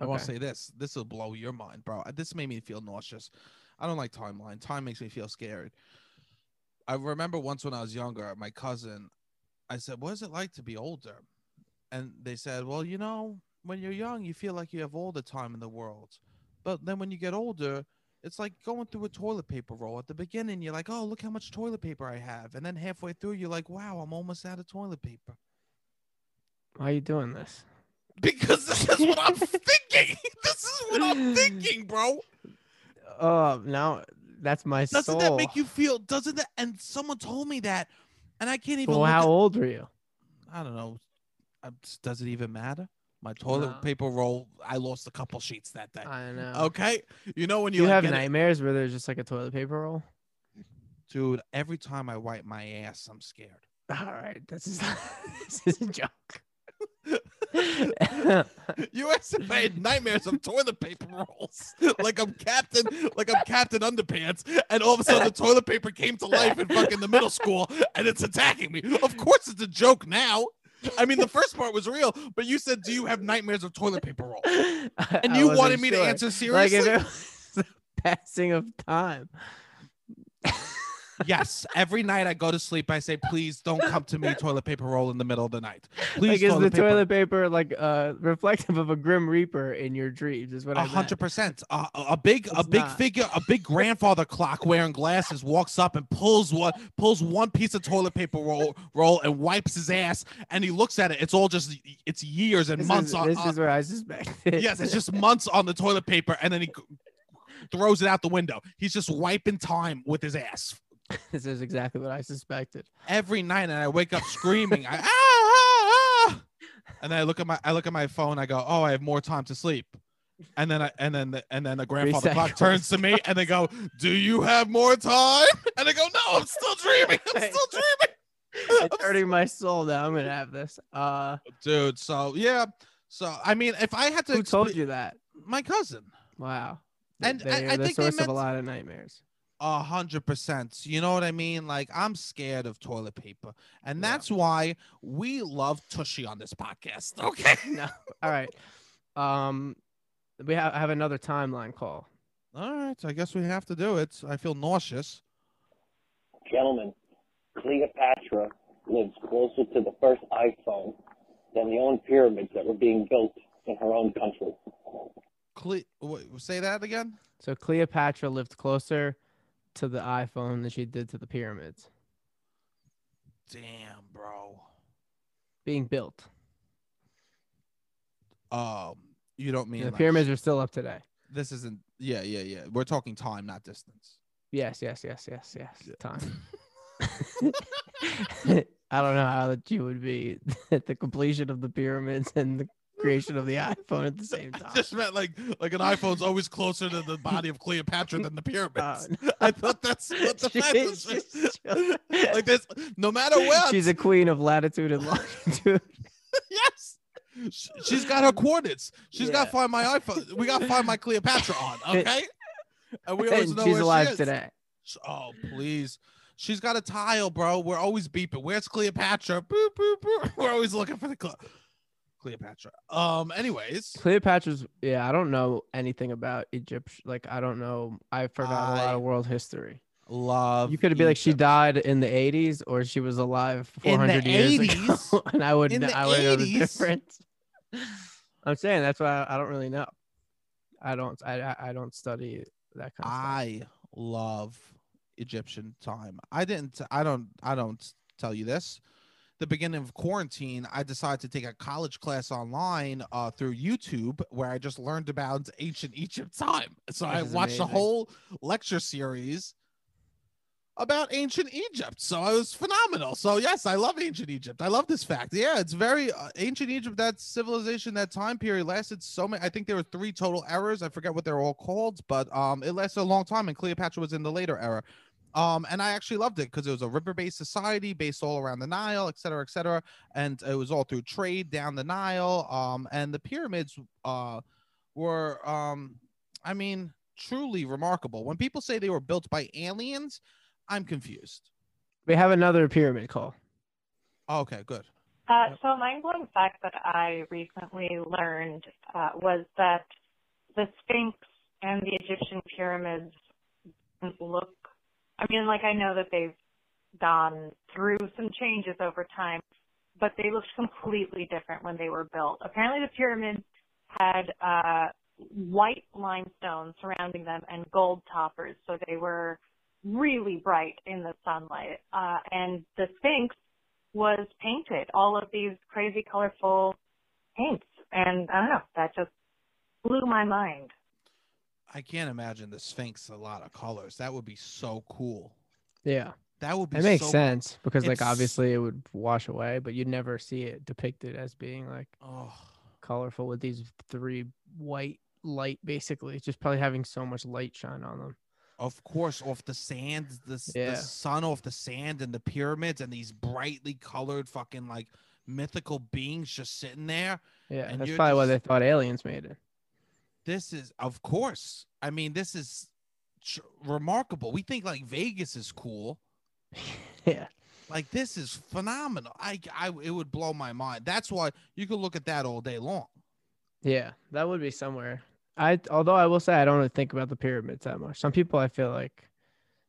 S1: I won't
S2: Okay.
S1: say this. This will blow your mind, bro. Uh, This made me feel nauseous. I don't like timeline. Time makes me feel scared. I remember once when I was younger, my cousin, I said, What is it like to be older? And they said, Well, you know, when you're young, you feel like you have all the time in the world. But then when you get older, it's like going through a toilet paper roll. At the beginning, you're like, oh, look how much toilet paper I have. And then halfway through, you're like, wow, I'm almost out of toilet paper.
S2: Why are you doing this?
S1: Because this is what I'm thinking. This is what I'm thinking, bro.
S2: Oh, now that's my
S1: Doesn't
S2: soul.
S1: that make you feel? Doesn't that? And someone told me that, and I can't even.
S2: Well,
S1: look
S2: how
S1: at-
S2: old were you?
S1: I don't know. I, does it even matter? My toilet
S2: No.
S1: paper roll. I lost a couple sheets that day.
S2: I know.
S1: Okay, you know when
S2: Do you
S1: you, like,
S2: have
S1: get it-
S2: nightmares where there's just like a toilet paper roll?
S1: dude. Every time I wipe my ass, I'm scared.
S2: All right, this is this is a joke.
S1: You said I had nightmares of toilet paper rolls. like I'm Captain, like I'm Captain Underpants, and all of a sudden the toilet paper came to life in fucking the middle school, and it's attacking me. Of course, it's a joke now. I mean, the first part was real, but you said, "Do you have nightmares of toilet paper rolls?"
S2: and
S1: And you wanted me to answer
S2: like
S1: seriously.
S2: if it was the passing of time.
S1: yes, every night I go to sleep, I say, "Please don't come to me, toilet paper roll in the middle of the night." Please,
S2: like is the
S1: toilet paper.
S2: toilet paper like uh reflective of a grim reaper in your dreams? Is what
S1: A
S2: I meant.
S1: hundred percent. A a big a
S2: It's
S1: big
S2: not.
S1: figure, a big grandfather clock wearing glasses walks up and pulls one pulls one piece of toilet paper roll roll and wipes his ass. And he looks at it. It's all just it's years and
S2: This
S1: months
S2: is,
S1: on.
S2: this
S1: on-
S2: is where I suspected.
S1: uh, yes, it's just months on the toilet paper, and then he g- throws it out the window. He's just wiping time with his ass
S2: this is exactly what I suspected.
S1: every night, and I wake up screaming. I, ah, ah, ah. And then I look at my I look at my phone. I go, oh, I have more time to sleep. And then I, and then the, and then the grandfather
S2: Reset
S1: clock turns to me and they go, "Do you have more time?" And I go, "No, I'm still dreaming. I'm still dreaming,
S2: It's hurting my soul now. I'm gonna have this. Uh,
S1: dude." So yeah, so I mean, if I had to,
S2: who told
S1: expl-
S2: you that?
S1: My cousin,
S2: Wow. Th-
S1: And I-
S2: they are
S1: I
S2: the
S1: think they
S2: source of a
S1: meant-
S2: lot of nightmares.
S1: a hundred percent. You know what I mean? Like I'm scared of toilet paper, and
S2: Yeah.
S1: that's why we love Tushy on this podcast. Okay.
S2: No. All right. Um, we have, have another timeline call.
S1: All right, I guess we have to do it. I feel nauseous.
S7: Gentlemen, Cleopatra lives closer to the first iPhone than the own pyramids that were being built in her own country.
S1: Cle- wait, say that again.
S2: So Cleopatra lived closer to the iPhone than she did to the pyramids
S1: Damn, bro.
S2: being built.
S1: Um, you don't mean
S2: the
S1: like-
S2: pyramids are still up today.
S1: This isn't. Yeah, yeah, yeah. We're talking time, not distance.
S2: Yes, yes, yes, yes, yes.
S1: Yeah.
S2: Time. I don't know how that you would be at the completion of the pyramids and the creation of the iPhone at the same
S1: I
S2: time.
S1: just meant like like an iPhone's always closer to the body of Cleopatra than the pyramids.
S2: Uh,
S1: I thought that's what the fact
S2: she's
S1: was.
S2: just chilling.
S1: like this, no matter what.
S2: She's a queen of latitude and longitude.
S1: yes. Sh- She's got her coordinates. She's got
S2: Yeah.
S1: to find my iPhone. We got to find my Cleopatra on, okay? And we always
S2: and
S1: know
S2: she's
S1: where
S2: alive
S1: she is.
S2: today.
S1: Sh- Oh, please. She's got a tile, bro. We're always beeping. Where's Cleopatra? Boop, boop, boop. We're always looking for the Cle- Cleopatra. Um, anyways,
S2: Cleopatra's yeah, I don't know anything about Egypt. Like I don't know. I forgot a
S1: I
S2: lot of world history.
S1: love.
S2: You could be like she
S1: Egypt.
S2: died in the 80s or she was alive
S1: In the
S2: 400 years ago
S1: 80s?
S2: and I would
S1: In
S2: kn-
S1: the
S2: I would know the
S1: 80s?
S2: difference. I'm saying that's why I, I don't really know. I don't I I- I don't study that kind of stuff.
S1: I love Egyptian time. I didn't. I don't. I don't tell you this. The beginning of quarantine, I decided to take a college class online uh, through YouTube, where I just learned about ancient Egypt time. So I
S2: This is
S1: watched a
S2: amazing.
S1: whole lecture series about ancient Egypt. So I was phenomenal. So yes, I love ancient Egypt. I love this fact. Yeah, it's very uh, ancient Egypt. That civilization, that time period lasted so many. I think there were three total eras. I forget what they're all called, but um, it lasted a long time. And Cleopatra was in the later era. Um, and I actually loved it because it was a river-based society based all around the Nile, et cetera, et cetera. And it was all through trade down the Nile. Um, and the pyramids uh, were, um, I mean, truly remarkable. When people say they were built by aliens, I'm confused.
S2: We have another pyramid call.
S1: Okay, good.
S8: Uh, so a mind-blowing fact that I recently learned uh, was that the Sphinx and the Egyptian pyramids look. I mean, like I know that they've gone through some changes over time, but they looked completely different when they were built. Apparently, the pyramids had uh, white limestone surrounding them and gold toppers, so they were really bright in the sunlight. Uh, and the Sphinx was painted all of these crazy colorful paints, and I don't know, that just blew my mind.
S1: I can't imagine the Sphinx a lot of colors. That would be so cool.
S2: Yeah.
S1: That would be
S2: It makes
S1: so-
S2: sense because, like,
S1: It's-
S2: obviously it would wash away, but you'd never see it depicted as being like
S1: Oh.
S2: colorful with these three white light, basically. Just probably having so much light shine on them.
S1: Of course, off the sand, the, s- the
S2: Yeah.
S1: sun off the sand and the pyramids and these brightly colored fucking like mythical beings just sitting there.
S2: Yeah,
S1: And
S2: that's
S1: you're
S2: probably why they
S1: just-
S2: thought aliens made it.
S1: This is, of course, I mean, this is tr- remarkable. We think like Vegas is cool.
S2: yeah,
S1: Like this is phenomenal. I, I, it would blow my mind. That's why you could look at that all day long.
S2: yeah, that would be somewhere. I although I will say I don't really think about the pyramids that much. Some people I feel like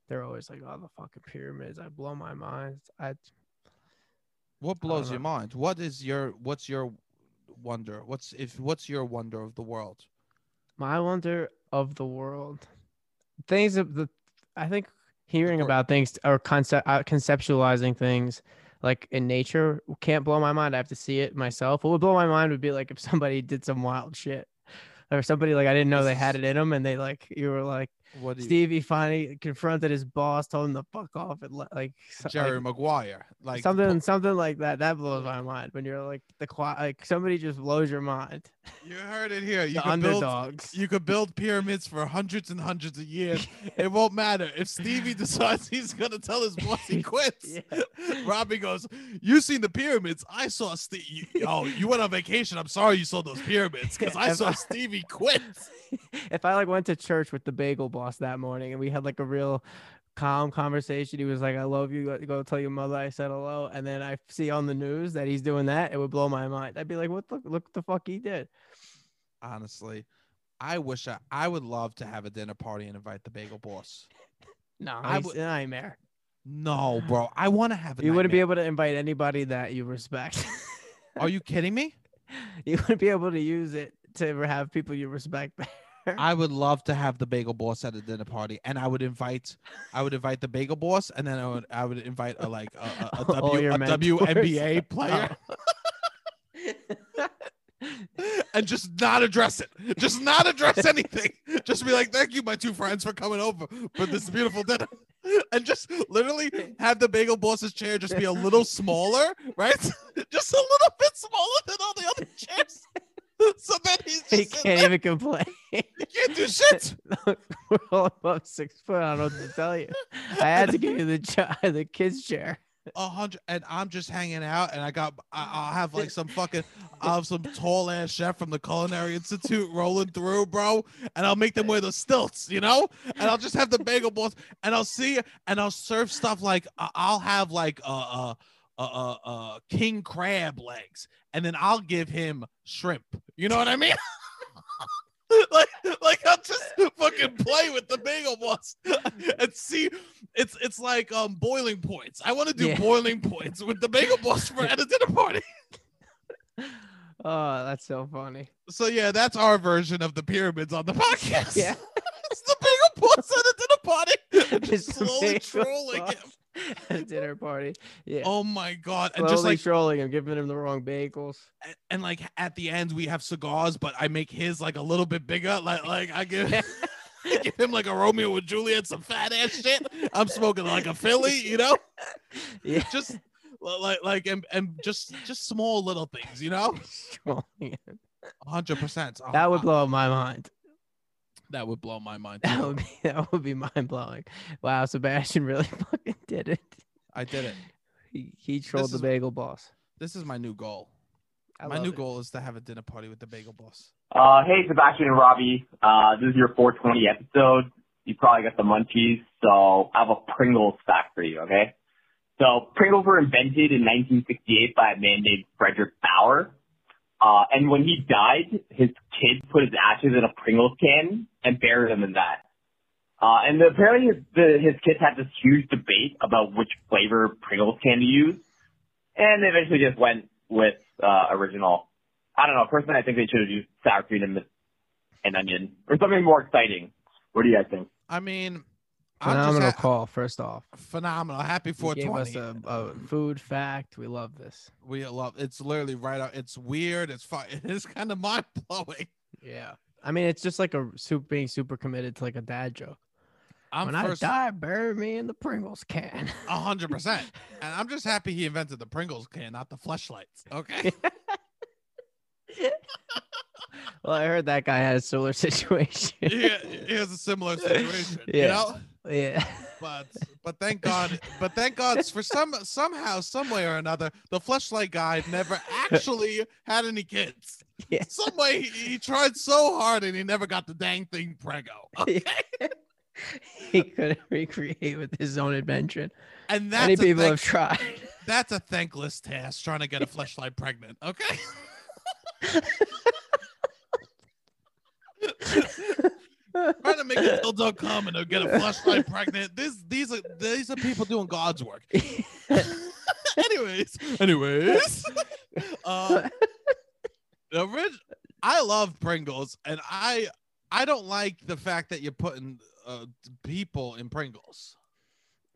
S2: they're always like, "Oh, the fucking pyramids!" I blow my mind. I
S1: What blows your
S2: know.
S1: mind? What is your, what's your wonder? What's if, what's your wonder of the world?
S2: my wonder of the world, things of the I think hearing
S1: course.
S2: about things or concept uh, conceptualizing things like in nature can't blow my mind. I have to see it myself. What would blow my mind would be like if somebody did some wild shit. Or somebody like I didn't know they had it in them, and they like you were like,
S1: What do you,
S2: Stevie finally confronted his boss, told him to fuck off, and le- like, so-
S1: Jerry
S2: like,
S1: Maguire? Like the
S2: something, something like that. That blows my mind when you're like the quiet, like somebody just blows your mind.
S1: You heard it here. You
S2: the
S1: could build
S2: underdogs.
S1: you could build pyramids for hundreds and hundreds of years. it won't matter if Stevie decides he's gonna tell his boss he quits.
S2: Yeah.
S1: Robbie goes, "You seen the pyramids? I saw Stevie. Oh, you went on vacation. I'm sorry you saw those pyramids because I
S2: If
S1: saw
S2: I-
S1: Stevie quit."
S2: if I like went to church with the bagel boss that morning and we had like a real calm conversation, he was like, "I love you. Go- Go tell your mother I said hello." And then I see on the news that he's doing that, it would blow my mind. I'd be like, "What? the look the fuck he did."
S1: Honestly, I wish I I would love to have a dinner party and invite the bagel boss.
S2: No,
S1: I
S2: he's
S1: would-
S2: a nightmare.
S1: No, bro, I want to have. A
S2: You wouldn't be
S1: nightmare.
S2: able to invite anybody that you respect.
S1: Are you kidding me?
S2: you wouldn't be able to use it to have people you respect.
S1: I would love to have the bagel boss at a dinner party, and I would invite, I would invite the bagel boss, and then I would, I would invite a like a, a, a,
S2: All
S1: W,
S2: your
S1: a
S2: mentors.
S1: WNBA player, and just not address it, just not address anything, just be like, "Thank you, my two friends, for coming over for this beautiful dinner," and just literally have the bagel boss's chair just be a little smaller, right? just a little bit smaller than all the other chairs, so then he's just
S2: he
S1: sitting
S2: can't even complain.
S1: there, he can't do shit.
S2: We're all above six foot. I don't know what to tell you. I had to give you the chi- the kids chair.
S1: a hundred and I'm just hanging out and I got I, I'll have like some fucking I'll have some tall ass chef from the culinary institute rolling through bro and I'll make them wear the stilts you know and I'll just have the bagel balls and I'll see and I'll serve stuff like I- I'll have like uh uh uh, uh, uh, king crab legs, and then I'll give him shrimp. You know what I mean? like, like I'll just fucking play with the bagel boss and see. It's it's like um boiling points. I want to do
S2: Yeah.
S1: boiling points with the bagel boss for at a dinner party.
S2: Oh, that's so funny.
S1: So yeah, that's our version of the pyramids on the podcast.
S2: Yeah.
S1: it's the bagel boss at a dinner party, just
S2: It's the
S1: slowly
S2: bagel
S1: trolling him.
S2: boss At a dinner party. Yeah.
S1: Oh my god!
S2: Slowly
S1: and just like
S2: trolling him, giving him the wrong bagels.
S1: and, and like at the end we have cigars, but I make his like a little bit bigger. Like like I give, I give him like a Romeo and Juliet, some fat ass shit. I'm smoking like a Philly, you know.
S2: Yeah.
S1: Just li- like like and, and just just small little things, you know.
S2: Trolling him.
S1: Hundred percent. Oh,
S2: That would blow my mind.
S1: that would blow my mind.
S2: That
S1: too.
S2: would be that would be mind blowing. Wow, Sebastian really fucking did it.
S1: I did it.
S2: He he trolled the
S1: is-
S2: bagel boss.
S1: This is my new goal.
S2: I
S1: my
S2: love
S1: new
S2: it.
S1: goal is to have a dinner party with the bagel boss.
S4: Uh, hey, Sebastian and Robbie. Uh, this is your 420 episode. You probably got the munchies, so I have a Pringles fact for you, okay? So Pringles were invented in 1968 by a man named Frederick Bauer. Uh, and when he died, his kids put his ashes in a Pringles can and buried him in that. Uh, and apparently his, the, his kids had this huge debate about which flavor Pringles can to use. And they eventually just went with, uh, original. I don't know. Personally, I think they should have used sour cream and an onion or something more exciting. What do you guys think?
S1: I mean, I'm
S2: Phenomenal
S1: just ha-
S2: call, first off.
S1: phenomenal. Happy
S2: You gave
S1: 420.
S2: us a, a food fact. We love this.
S1: we love. It's literally right out. It's weird. It's fun. It is kind of mind blowing.
S2: Yeah. I mean, it's just like a super being super committed to like a dad joke.
S1: I'm
S2: when
S1: first,
S2: I die, bury me in the Pringles can.
S1: a hundred percent. And I'm just happy he invented the Pringles can, not the fleshlights. Okay.
S2: well, I heard that guy had a similar situation.
S1: yeah, it was a similar situation. You
S2: Yeah.
S1: know.
S2: yeah.
S1: But but thank God, but thank God for some somehow, some way or another, the fleshlight guy never actually had any kids.
S2: Yeah.
S1: Some way he, he tried so hard and he never got the dang thing prego.
S2: he couldn't recreate with his own invention.
S1: And that's
S2: Many
S1: a
S2: people have
S1: thank-
S2: tried.
S1: that's a thankless task trying to get a fleshlight pregnant. Okay. trying to make a dildo come and they'll get a flashlight pregnant. This these are these are people doing God's work. anyways, anyways, um, the orig- I love Pringles, and I I don't like the fact that you're putting uh, people in Pringles.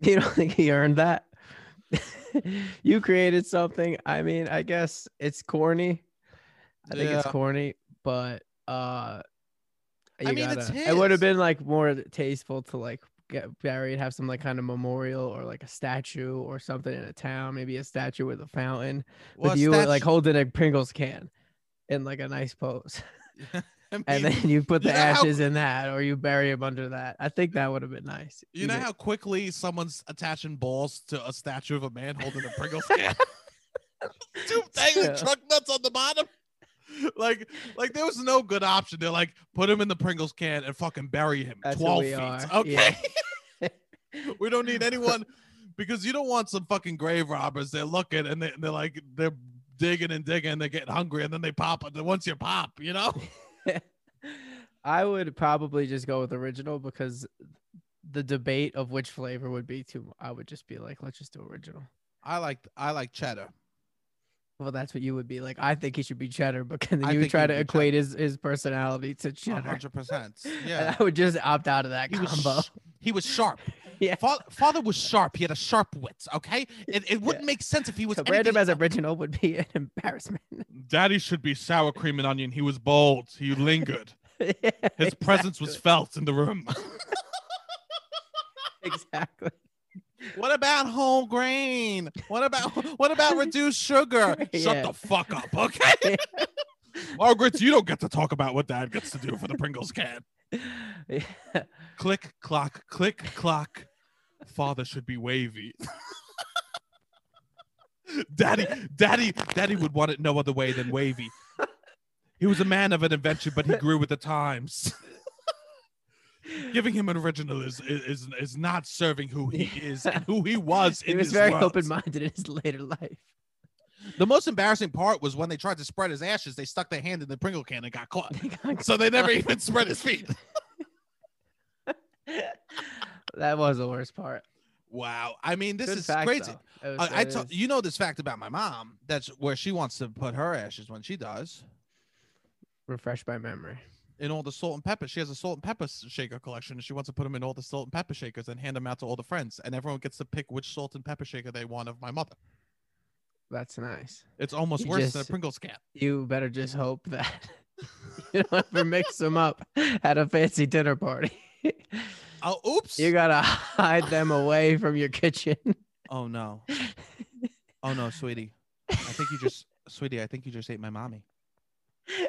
S2: You don't think he earned that? you created something. I mean, I guess it's corny. I think it's
S1: Yeah.
S2: corny, but
S1: I
S2: uh you
S1: mean, it's
S2: gotta- it would
S1: his.
S2: have been like more tasteful to like get buried, have some like kind of memorial or like a statue or something in a town, maybe a statue with a fountain
S1: Well,
S2: with you like holding a Pringles can in like a nice pose.
S1: and
S2: And then you put
S1: you
S2: the
S1: know how-
S2: ashes in that or you bury them under that. I think that would have been nice.
S1: you know
S2: Even-
S1: how quickly someone's attaching balls to a statue of a man holding a Pringles can. Two dangling
S2: Yeah.
S1: truck nuts on the bottom. Like, like there was no good option. They're like, put him in the Pringles can and fucking bury him.
S2: That's what
S1: Twelve
S2: we
S1: feet.
S2: are.
S1: Okay.
S2: Yeah.
S1: we don't need anyone because you don't want some fucking grave robbers. They're looking and they, they're like they're digging and digging and they get hungry and then they pop. And then once you pop, you know,
S2: I would probably just go with original because the debate of which flavor would be too. I would just be like, let's just do original.
S1: I like I like cheddar.
S2: Well, that's what you would be like. I think he should be cheddar, but can
S1: I
S2: then you
S1: think
S2: try
S1: he'd
S2: to
S1: be
S2: equate his, his personality to
S1: One
S2: cheddar.
S1: hundred percent.
S2: And
S1: Yeah,
S2: I would just opt out of that
S1: he was
S2: combo.
S1: sh- he was sharp.
S2: Yeah.
S1: Father, father was sharp. He had a sharp wit. Okay, it, it wouldn't make sense if he was.
S2: To brand him
S1: anything
S2: as
S1: else.
S2: original would be an embarrassment.
S1: Daddy should be sour cream and onion. He was bold. He lingered.
S2: His
S1: His presence was felt in the room.
S2: exactly.
S1: What about whole grain? What about what about reduced sugar? Shut
S2: Yeah.
S1: the fuck up, okay? Margaret, you don't get to talk about what dad gets to do for the Pringles can.
S2: Yeah.
S1: Click clock, click clock. Father should be wavy. daddy, daddy, daddy would want it no other way than wavy. He was a man of an invention, but he grew with the times. Giving him an original is, is is not serving who he is and who he was.
S2: He
S1: in
S2: was
S1: this
S2: very
S1: world.
S2: open minded in his later life.
S1: The most embarrassing part was when they tried to spread his ashes, they stuck their hand in the Pringle can and got caught. So they never even spread his feet.
S2: that was the worst part.
S1: Wow. I mean, this
S2: Good
S1: is
S2: fact,
S1: crazy.
S2: though. It was-
S1: I, I
S2: it
S1: t-
S2: is-
S1: you know this fact about my mom. That's where she wants to put her ashes when she dies.
S2: refresh my memory.
S1: In all the salt and pepper, she has a salt and pepper s- shaker collection, and she wants to put them in all the salt and pepper shakers and hand them out to all the friends. And everyone gets to pick which salt and pepper shaker they want of my mother.
S2: That's nice.
S1: It's almost
S2: You
S1: worse than a
S2: just-
S1: Pringles can.
S2: You better just hope that you don't ever mix them up at a fancy dinner party.
S1: Oh, oops!
S2: you gotta hide them away from your kitchen.
S1: oh no! Oh no, sweetie! I think you just, sweetie, I think you just ate my mommy.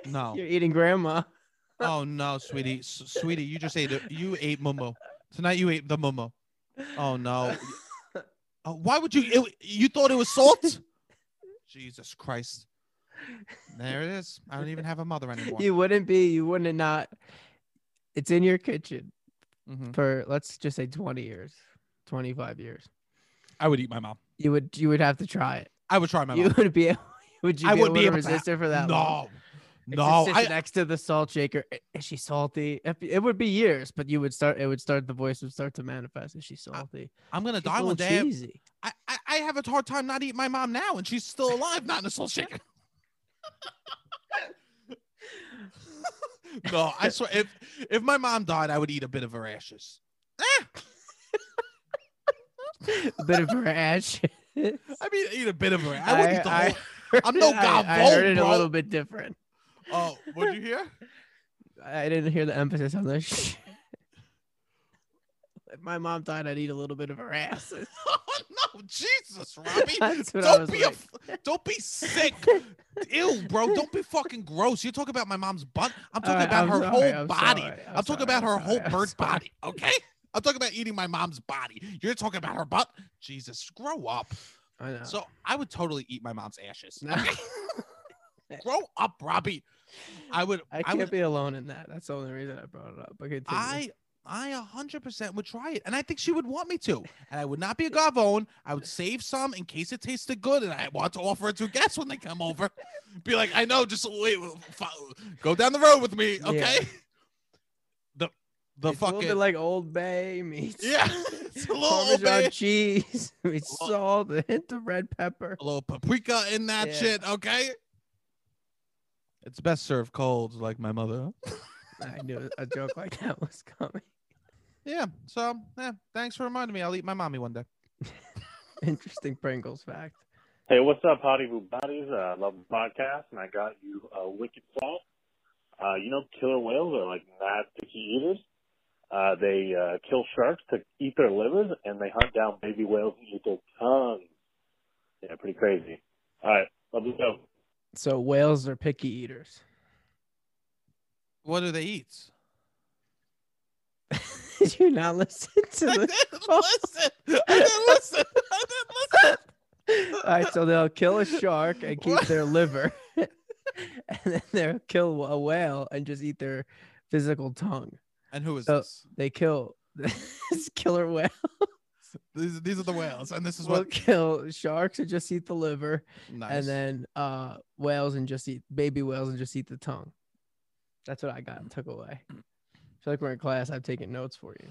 S1: No.
S2: You're eating grandma.
S1: Oh no, sweetie, S- sweetie, you just ate it. You ate Momo. Tonight you ate the Momo. Oh no. Uh, why would you? It, you thought it was salt? Jesus Christ. There it is. I don't even have a mother anymore.
S2: You wouldn't be. You wouldn't not. It's in your kitchen
S1: Mhm.
S2: for let's just say 20 years, 25 years.
S1: I would eat my mom.
S2: You would. You would have to try it.
S1: I would try my
S2: you
S1: mom.
S2: would be. Able, would you
S1: I
S2: be
S1: wouldn't be
S2: able, to
S1: able to
S2: resist her for that? long?
S1: No,
S2: It
S1: no.
S2: just sits
S1: I,
S2: next to the salt shaker. I- Is she salty? If- It would be years, but you would start. It would start. The voice would start to manifest. Is she salty?
S1: I'm gonna
S2: She's
S1: die
S2: a
S1: one
S2: little
S1: day.
S2: Cheesy.
S1: I, I, I have a hard time not eating my mom now, and she's still alive, not in a soul shaker. No, I swear. If if my mom died, I would eat a bit of her ashes. Ah,
S2: A bit of her ash. I,
S1: I mean, eat a bit of her. I would eat the
S2: I-
S1: whole. I'm no
S2: I
S1: gobble,
S2: heard it a
S1: bro.
S2: little bit different.
S1: Oh, what'd you hear?
S2: I didn't hear the emphasis on the sh. If my mom died, I'd eat a little bit of her ass.
S1: no, Jesus, Robbie.
S2: That's what I
S1: don't
S2: was
S1: be a
S2: like.
S1: f don't be sick, ew, bro. Don't be fucking gross. You're talking about my mom's butt. I'm talking
S2: All right,
S1: about
S2: I'm
S1: her
S2: sorry,
S1: whole
S2: I'm
S1: body.
S2: sorry,
S1: I'm,
S2: I'm
S1: talking
S2: sorry,
S1: about
S2: I'm
S1: her whole
S2: sorry, I'm
S1: bird
S2: sorry.
S1: body. Okay. I'm talking about eating my mom's body. You're talking about her butt. Jesus, grow up.
S2: I know.
S1: So I would totally eat my mom's ashes.
S2: No.
S1: okay? grow up, Robbie. I would.
S2: I
S1: I
S2: can't
S1: would.
S2: be alone in that. That's the only reason I brought it up. But continue.
S1: I I a hundred percent would try it, and I think she would want me to. And I would not be a gavone. I would save some in case it tasted good, and I want to offer it to guests when they come over. Be like, I know, just wait, fo- go down the road with me,
S2: Yeah.
S1: okay? The the
S2: it's a
S1: fucking
S2: little bit like Old Bay meets
S1: yeah, it's a little
S2: Parmesan
S1: bit,
S2: cheese meets
S1: Well-
S2: salt, a hint of red pepper.
S1: a little paprika in that
S2: Yeah.
S1: shit, okay? It's best served cold, like my mother.
S2: I knew a joke like that was coming.
S1: Yeah. So, yeah, thanks for reminding me. I'll eat my mommy one day.
S2: Interesting Pringles fact.
S9: Hey, what's up, Hottie Boo Bodies? Uh, I love the podcast, and I got you uh, Wicked Salt. Uh, you know, killer whales are like mad picky eaters. Uh, they uh, kill sharks to eat their livers, and they hunt down baby whales and eat their tongues. Yeah, pretty crazy. All right, love the show.
S2: So whales are picky eaters.
S1: What do they eat?
S2: Did you not listen to
S1: I
S2: the?
S1: didn't listen. I didn't listen. I didn't listen.
S2: All right, so they'll kill a shark and keep their liver, and then they'll kill a whale and just eat their physical tongue.
S1: And who is
S2: So-
S1: this?
S2: They kill this killer whale.
S1: These, these are the whales, and this is
S2: will
S1: what.
S2: kill sharks and just eat the liver,
S1: Nice.
S2: and then uh whales and just eat baby whales and just eat the tongue. That's what I got and took away. I feel like we're in class. I've taken notes for you.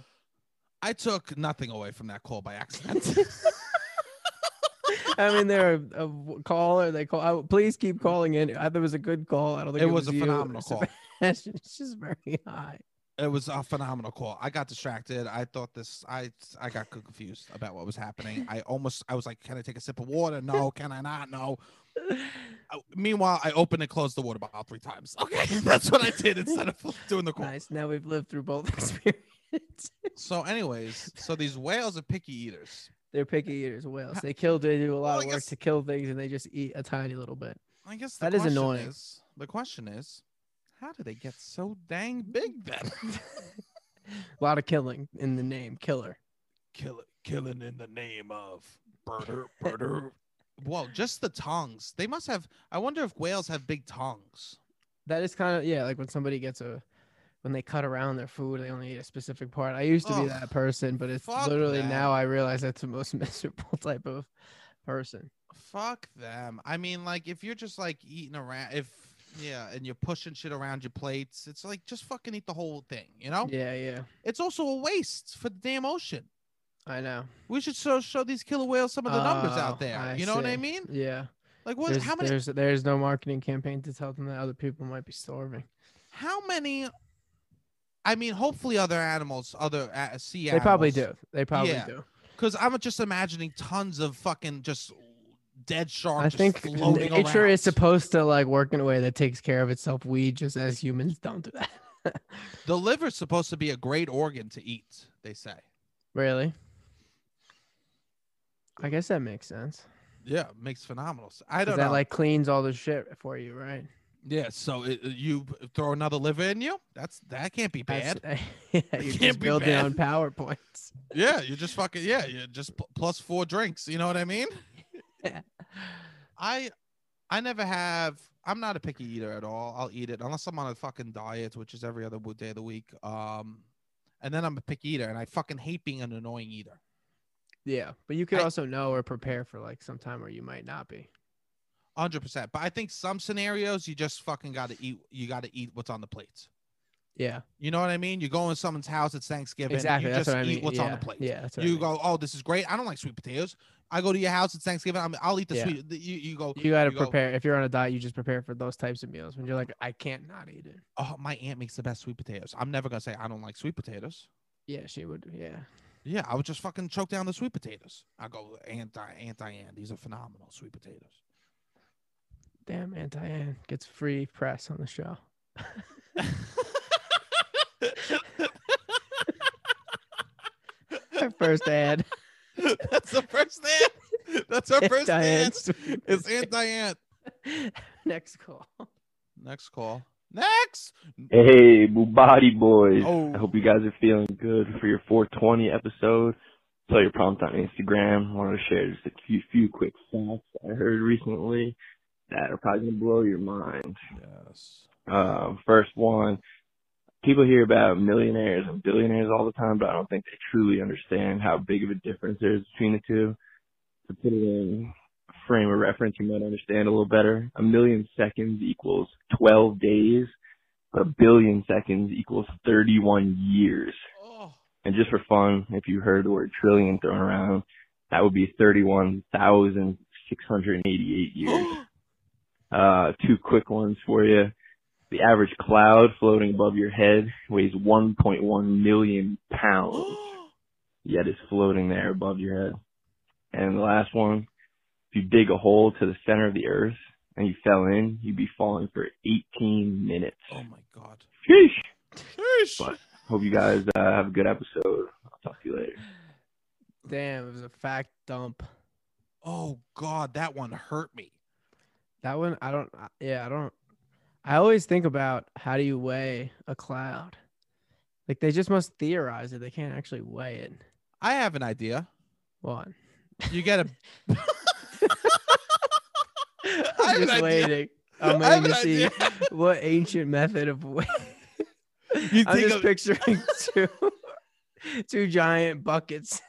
S1: I took nothing away from that call by accident.
S2: I mean, they're a, a w- caller. They call. I, w- please keep calling in. I, there was a good call. I don't think
S1: it was a
S2: you or
S1: phenomenal call.
S2: Sebastian. It's just very high.
S1: It was a phenomenal call. I got distracted. I thought this. I I got confused about what was happening. I almost. I was like, "Can I take a sip of water? No. Can I not? No." I, meanwhile, I opened and closed the water bottle three times. Okay, that's what I did instead of doing the call.
S2: Nice. Now we've lived through both experiences.
S1: So, anyways, so these whales are picky eaters.
S2: they're picky eaters. Whales. They kill. They do
S1: Well,
S2: a lot
S1: I
S2: of work
S1: guess-
S2: to kill things, and they just eat a tiny little bit.
S1: I guess the
S2: That is
S1: question
S2: annoying.
S1: Is, the question is, how do they get so dang big then?
S2: a lot of killing in the name killer.
S1: Kill, killing in the name of murder, murder. Well, just the tongues. They must have. I wonder if whales have big tongues.
S2: That is kind of yeah, like when somebody gets a when they cut around their food, they only eat a specific part. I used to be
S1: Ugh,
S2: that person, but it's
S1: Oh, fuck
S2: literally
S1: that.
S2: now I realize that's the most miserable type of person.
S1: Fuck them. I mean, like if you're just like eating around, if yeah, and you're pushing shit around your plates, it's like just fucking eat the whole thing. You know,
S2: Yeah, yeah.
S1: it's also a waste for the damn ocean.
S2: I know.
S1: We should show show these killer whales some of the numbers
S2: Oh,
S1: out there.
S2: I
S1: you know what I
S2: see.
S1: mean?
S2: Yeah.
S1: Like what?
S2: there's,
S1: how many?
S2: there's there's no marketing campaign to tell them that other people might be starving.
S1: How many? I mean, hopefully other animals, other uh, sea
S2: They
S1: animals.
S2: probably do. They probably
S1: Yeah.
S2: do.
S1: Because I'm just imagining tons of fucking just dead sharks.
S2: I think
S1: floating
S2: nature
S1: around.
S2: is supposed to like work in a way that takes care of itself. We just as humans don't do that.
S1: the liver's supposed to be a great organ to eat. They say.
S2: Really? I guess that makes sense.
S1: Yeah, makes phenomenal. s- I
S2: 'Cause
S1: don't
S2: that
S1: know.
S2: like cleans all the shit for you, right?
S1: yeah, so it, you throw another liver in you? That's that can't be bad.
S2: That's- yeah,
S1: It
S2: you're
S1: can't
S2: just
S1: be
S2: building
S1: bad.
S2: on PowerPoints.
S1: yeah, you just fucking yeah, you just pl- plus four drinks. You know what I mean? I I never have. I'm not a picky eater at all. I'll eat it unless I'm on a fucking diet, which is every other wo- day of the week. Um, and then I'm a picky eater, and I fucking hate being an annoying eater.
S2: Yeah, but you could
S1: I-
S2: also know or prepare for like some time where you might not be.
S1: 100%. But I think some scenarios you just fucking got to eat. You got to eat what's on the plate.
S2: Yeah.
S1: You know what I mean? You go in someone's house, it's Thanksgiving.
S2: Exactly.
S1: You
S2: that's
S1: just
S2: what I mean.
S1: eat what's
S2: yeah.
S1: on the plate.
S2: Yeah. That's what
S1: you
S2: I mean.
S1: go, oh, this is great. I don't like sweet potatoes. I go to your house, it's Thanksgiving. I'm, I'll eat the
S2: Yeah.
S1: sweet. the- You, you go,
S2: You got to
S1: you go-
S2: prepare. If you're on a diet, you just prepare for those types of meals. When you're like, I can't not eat it.
S1: oh, my aunt makes the best sweet potatoes. I'm never going to say I don't like sweet potatoes.
S2: Yeah, she would. Yeah.
S1: Yeah, I would just fucking choke down the sweet potatoes. I go, Aunt, Di- Aunt Diane, these are phenomenal sweet potatoes.
S2: Damn, Aunt Diane gets free press on the show. Her first ad.
S1: That's her first aunt. That's her
S2: Aunt
S1: first
S2: Diane
S1: aunt.
S2: Sweet
S1: It's Aunt Diane.
S2: Potato. Next call.
S1: Next call. Next.
S4: Hey, Bubati boys.
S1: Oh.
S4: I hope you guys are feeling good for your 420 episode. Saw your prompt on Instagram. Wanted to share just a few, few quick facts I heard recently that are probably going to blow your mind.
S1: Oh, Yes.
S4: Um, first one, people hear about millionaires and billionaires all the time, but I don't think they truly understand how big of a difference there is between the two. To put it in frame of reference, you might understand a little better. A million seconds equals 12 days. A billion seconds equals 31 years.
S1: Oh,
S4: And just for fun, if you heard the word trillion thrown around, that would be 31,688 years. Uh, two quick ones for you. The average cloud floating above your head weighs 1.1 million pounds, yet it's floating there above your head. And the last one, if you dig a hole to the center of the earth and you fell in, you'd be falling for 18 minutes.
S1: oh my God.
S4: Sheesh.
S1: Sheesh.
S4: But- Hope you guys uh, have a good episode. I'll talk to you later.
S2: Damn, it was a fact dump.
S1: Oh God, that one hurt me.
S2: That one, I don't. I- Yeah, I don't. I always think about how do you weigh a cloud? Like they just must theorize it. They can't actually weigh it.
S1: I have an idea.
S2: What?
S1: You get a. I
S2: I'm
S1: have an
S2: just
S1: idea.
S2: waiting. I'm
S1: I have
S2: waiting to
S1: an
S2: see
S1: idea.
S2: what ancient method of weight.
S1: You
S2: I'm
S1: think
S2: just
S1: of-
S2: picturing two two giant buckets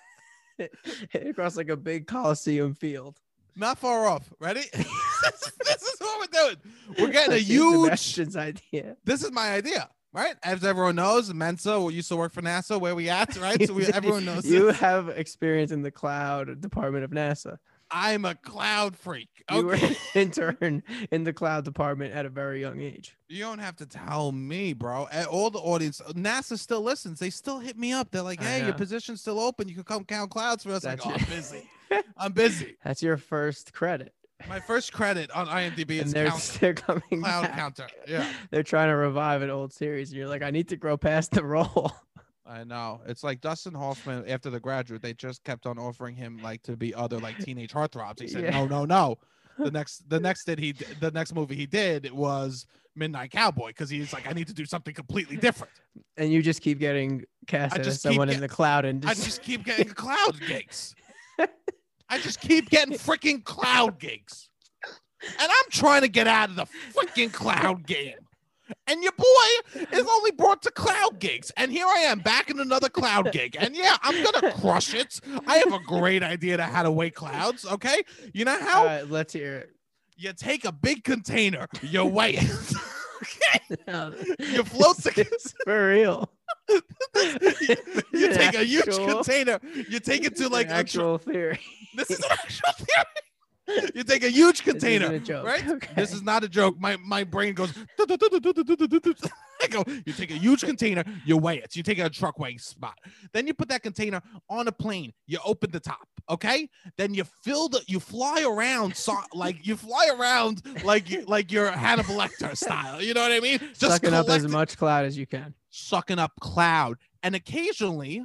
S2: across like a big coliseum field.
S1: Not far off. Ready? this, this is what we're doing. We're getting a
S2: That's
S1: huge.
S2: Sebastian's idea.
S1: This is my idea, right? As everyone knows, Mensa we used to work for NASA, where we at, right? So we, everyone knows.
S2: you
S1: this.
S2: have experience in the cloud department of NASA.
S1: I'm a cloud freak.
S2: You were
S1: Okay.
S2: an intern in the cloud department at a very young age.
S1: You don't have to tell me, bro. A- All the audience, NASA still listens. They still hit me up. They're like,
S2: I
S1: "Hey, your
S2: know.
S1: position's still open. You can come count clouds for us." Like,
S2: That's
S1: oh,
S2: your-
S1: I'm busy. I'm busy.
S2: That's your first credit,
S1: My first credit on IMDb
S2: and
S1: is
S2: they're
S1: count-
S2: they're coming
S1: cloud
S2: back.
S1: counter. Yeah,
S2: They're trying to revive an old series, and you're like, I need to grow past the role.
S1: I know. It's like Dustin Hoffman after The Graduate. They just kept on offering him like to be other like teenage heartthrobs. He said,
S2: Yeah.
S1: "No, no, no." The next, the next that he, d- the next movie he did was Midnight Cowboy because he's like, "I need to do something completely different."
S2: and you just keep getting cast
S1: I
S2: as
S1: just keep
S2: someone in
S1: get-
S2: the cloud and
S1: I just keep getting cloud gigs. I just keep getting freaking cloud gigs. And I'm trying to get out of the freaking cloud game. And your boy is only brought to cloud gigs. And here I am back in another cloud gig. And yeah, I'm going to crush it. I have a great idea to how to weigh clouds. Okay. You know
S2: All
S1: how?
S2: right, let's hear
S1: you take a big container, you weigh it. okay.
S2: it. No,
S1: You float the.
S2: it's for real.
S1: You take a huge
S2: Actual-
S1: container. You take it to
S2: an
S1: like a tr-
S2: actual theory.
S1: This is an actual theory. You take a huge
S2: This isn't
S1: container,
S2: a joke.
S1: right? This
S2: Okay.
S1: is not a joke. My my brain goes. I go. You take a huge container, you weigh it. You take it to a truck weighing spot. Then you put that container on a plane. You open the top, okay? Then you fill the. You fly around, so, like you fly around, like you- like you're Hannibal Lecter style. You know what I mean? Just
S2: sucking up as
S1: collect-
S2: much cloud as you can.
S1: sucking up cloud, and occasionally,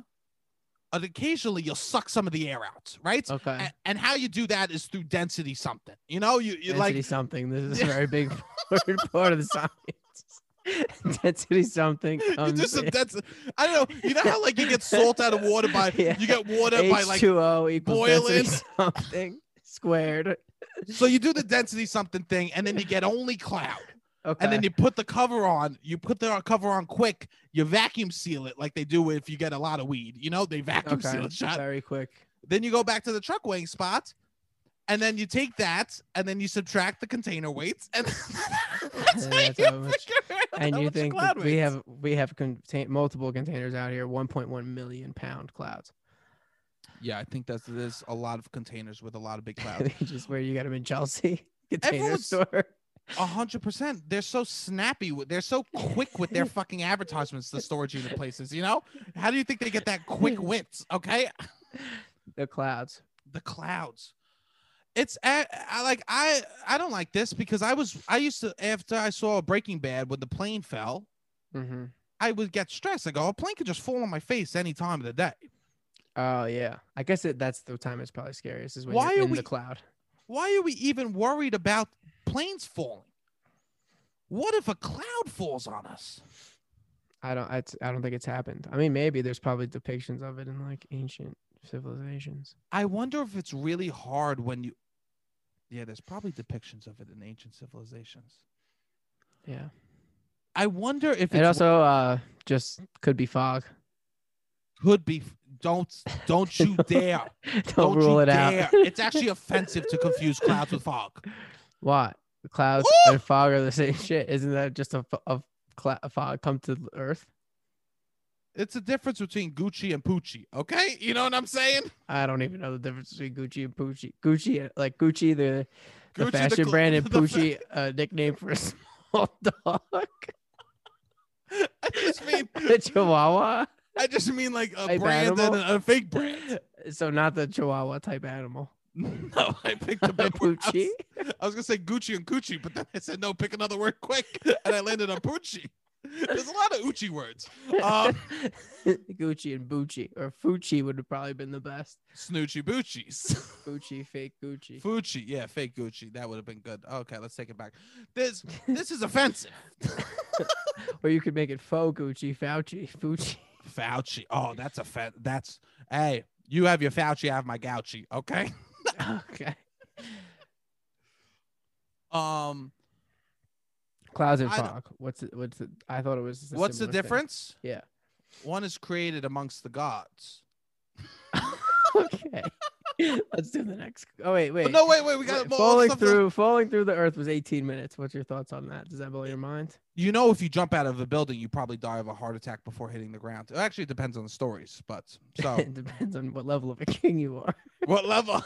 S1: and occasionally you'll suck some of the air out, right?
S2: Okay.
S1: and, and how you do that is through density something. You know, you, you
S2: density
S1: like
S2: something. This is a very big part, part of the science. density something. Um,
S1: you
S2: comes
S1: just a
S2: in.
S1: densi- I don't know. You know how like you get salt out of water by
S2: Yeah.
S1: you get water by like
S2: H2O equals
S1: boiling.
S2: density something squared.
S1: so you do the density something thing and then you get only cloud.
S2: Okay.
S1: And then you put the cover on. You put the cover on quick. You vacuum seal it like they do if you get a lot of weed. You know, they vacuum seal
S2: okay.
S1: it shut.
S2: Very quick.
S1: Then you go back to the truck weighing spot. And then you take that, and then you subtract the container weights, and that's,
S2: And
S1: how
S2: that's
S1: you
S2: how much-
S1: figure out
S2: and
S1: How
S2: you
S1: much
S2: think
S1: cloud
S2: that we
S1: weighs?
S2: have we have contain multiple containers out here, 1.1 million pound clouds.
S1: Yeah, I think that's there's a lot of containers with a lot of big clouds.
S2: Just where you got them in Chelsea container
S1: Everyone's-
S2: store.
S1: A hundred percent. They're so snappy. With, they're so quick with their fucking advertisements. The storage unit places. You know, how do you think they get that quick wits? Okay,
S2: The clouds.
S1: the clouds. It's I, I like I I don't like this because I was I used to after I saw Breaking Bad when the plane fell.
S2: Mm-hmm.
S1: I would get stressed. I go, a plane could just fall on my face any time of the day.
S2: Oh yeah, I guess it, that's the time it's probably scariest. Is when
S1: Why
S2: you're
S1: are
S2: in
S1: we-
S2: the cloud?
S1: Why are we even worried about planes falling? What if a cloud falls on us?
S2: I don't. I, I don't think it's happened. I mean, maybe there's probably depictions of it in like ancient civilizations.
S1: I wonder if it's really hard when you. Yeah, there's probably depictions of it in ancient civilizations.
S2: Yeah.
S1: I wonder if
S2: It
S1: it's-
S2: also uh just could be fog.
S1: could be. Don't don't you dare!
S2: Don't,
S1: don't
S2: rule
S1: you
S2: it
S1: dare!
S2: out.
S1: It's actually offensive to confuse clouds with fog.
S2: What? The clouds
S1: Woo!
S2: and fog are the same shit. Isn't that just a, fo- a, cla- a fog come to earth?
S1: It's a difference between Gucci and Poochie. Okay, you know what I'm saying?
S2: I don't even know the difference between Gucci and Poochie. Gucci, uh, like Gucci, the, the
S1: Gucci, the
S2: fashion
S1: cl-
S2: brand, and
S1: the fa-
S2: Poochie, a nickname for a small dog.
S1: I just mean
S2: the Chihuahua.
S1: I just mean like a
S2: Type
S1: brand and
S2: animal?
S1: a, a fake brand.
S2: So not the Chihuahua type animal.
S1: No, I picked a better word. I
S2: Poochie.
S1: was- I was gonna say Gucci and Gucci, but then I said no, pick another word quick, and I landed on Poochie. There's a lot of Uchi words. Um,
S2: Gucci and Bucci or Fucci would have probably been the best.
S1: Snoochie Boochies.
S2: Gucci, fake Gucci.
S1: Fucci, yeah, fake Gucci. That would have been good. Okay, let's take it back. This this is offensive.
S2: or you could make it faux Gucci, Fauci, Fucci.
S1: Fauci. Oh, that's a fa- that's hey, you have your Fauci, I have my Gouchy, okay?
S2: okay.
S1: Um
S2: Clouds and
S1: I don't-
S2: fog. What's it, what's it, I thought it was. a
S1: what's the
S2: similar thing.
S1: difference?
S2: Yeah.
S1: One is created amongst the gods.
S2: okay. Let's do the next. Oh wait, wait.
S1: No, wait, wait, we
S2: Wait,
S1: got more
S2: falling
S1: stuff to-
S2: through. Falling through the earth was 18 minutes. What's your thoughts on that? Does that blow your mind?
S1: you know if you jump out of a building you probably die of a heart attack before hitting the ground actually it depends on the stories but so
S2: it depends on what level of a king you are.
S1: what level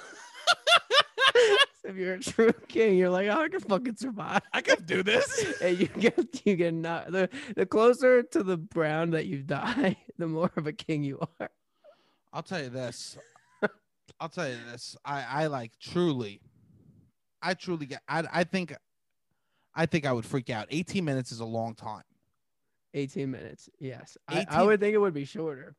S2: if you're a true king, you're like, oh, I can fucking survive.
S1: i could do this
S2: and you get you get not the the closer to the ground that you die, the more of a king you are.
S1: i'll tell you this i'll tell you this i i like truly i truly get i, I think i think i would freak out 18 minutes is a long time
S2: 18 minutes. Yes. I, I
S1: 18
S2: would think it would be shorter.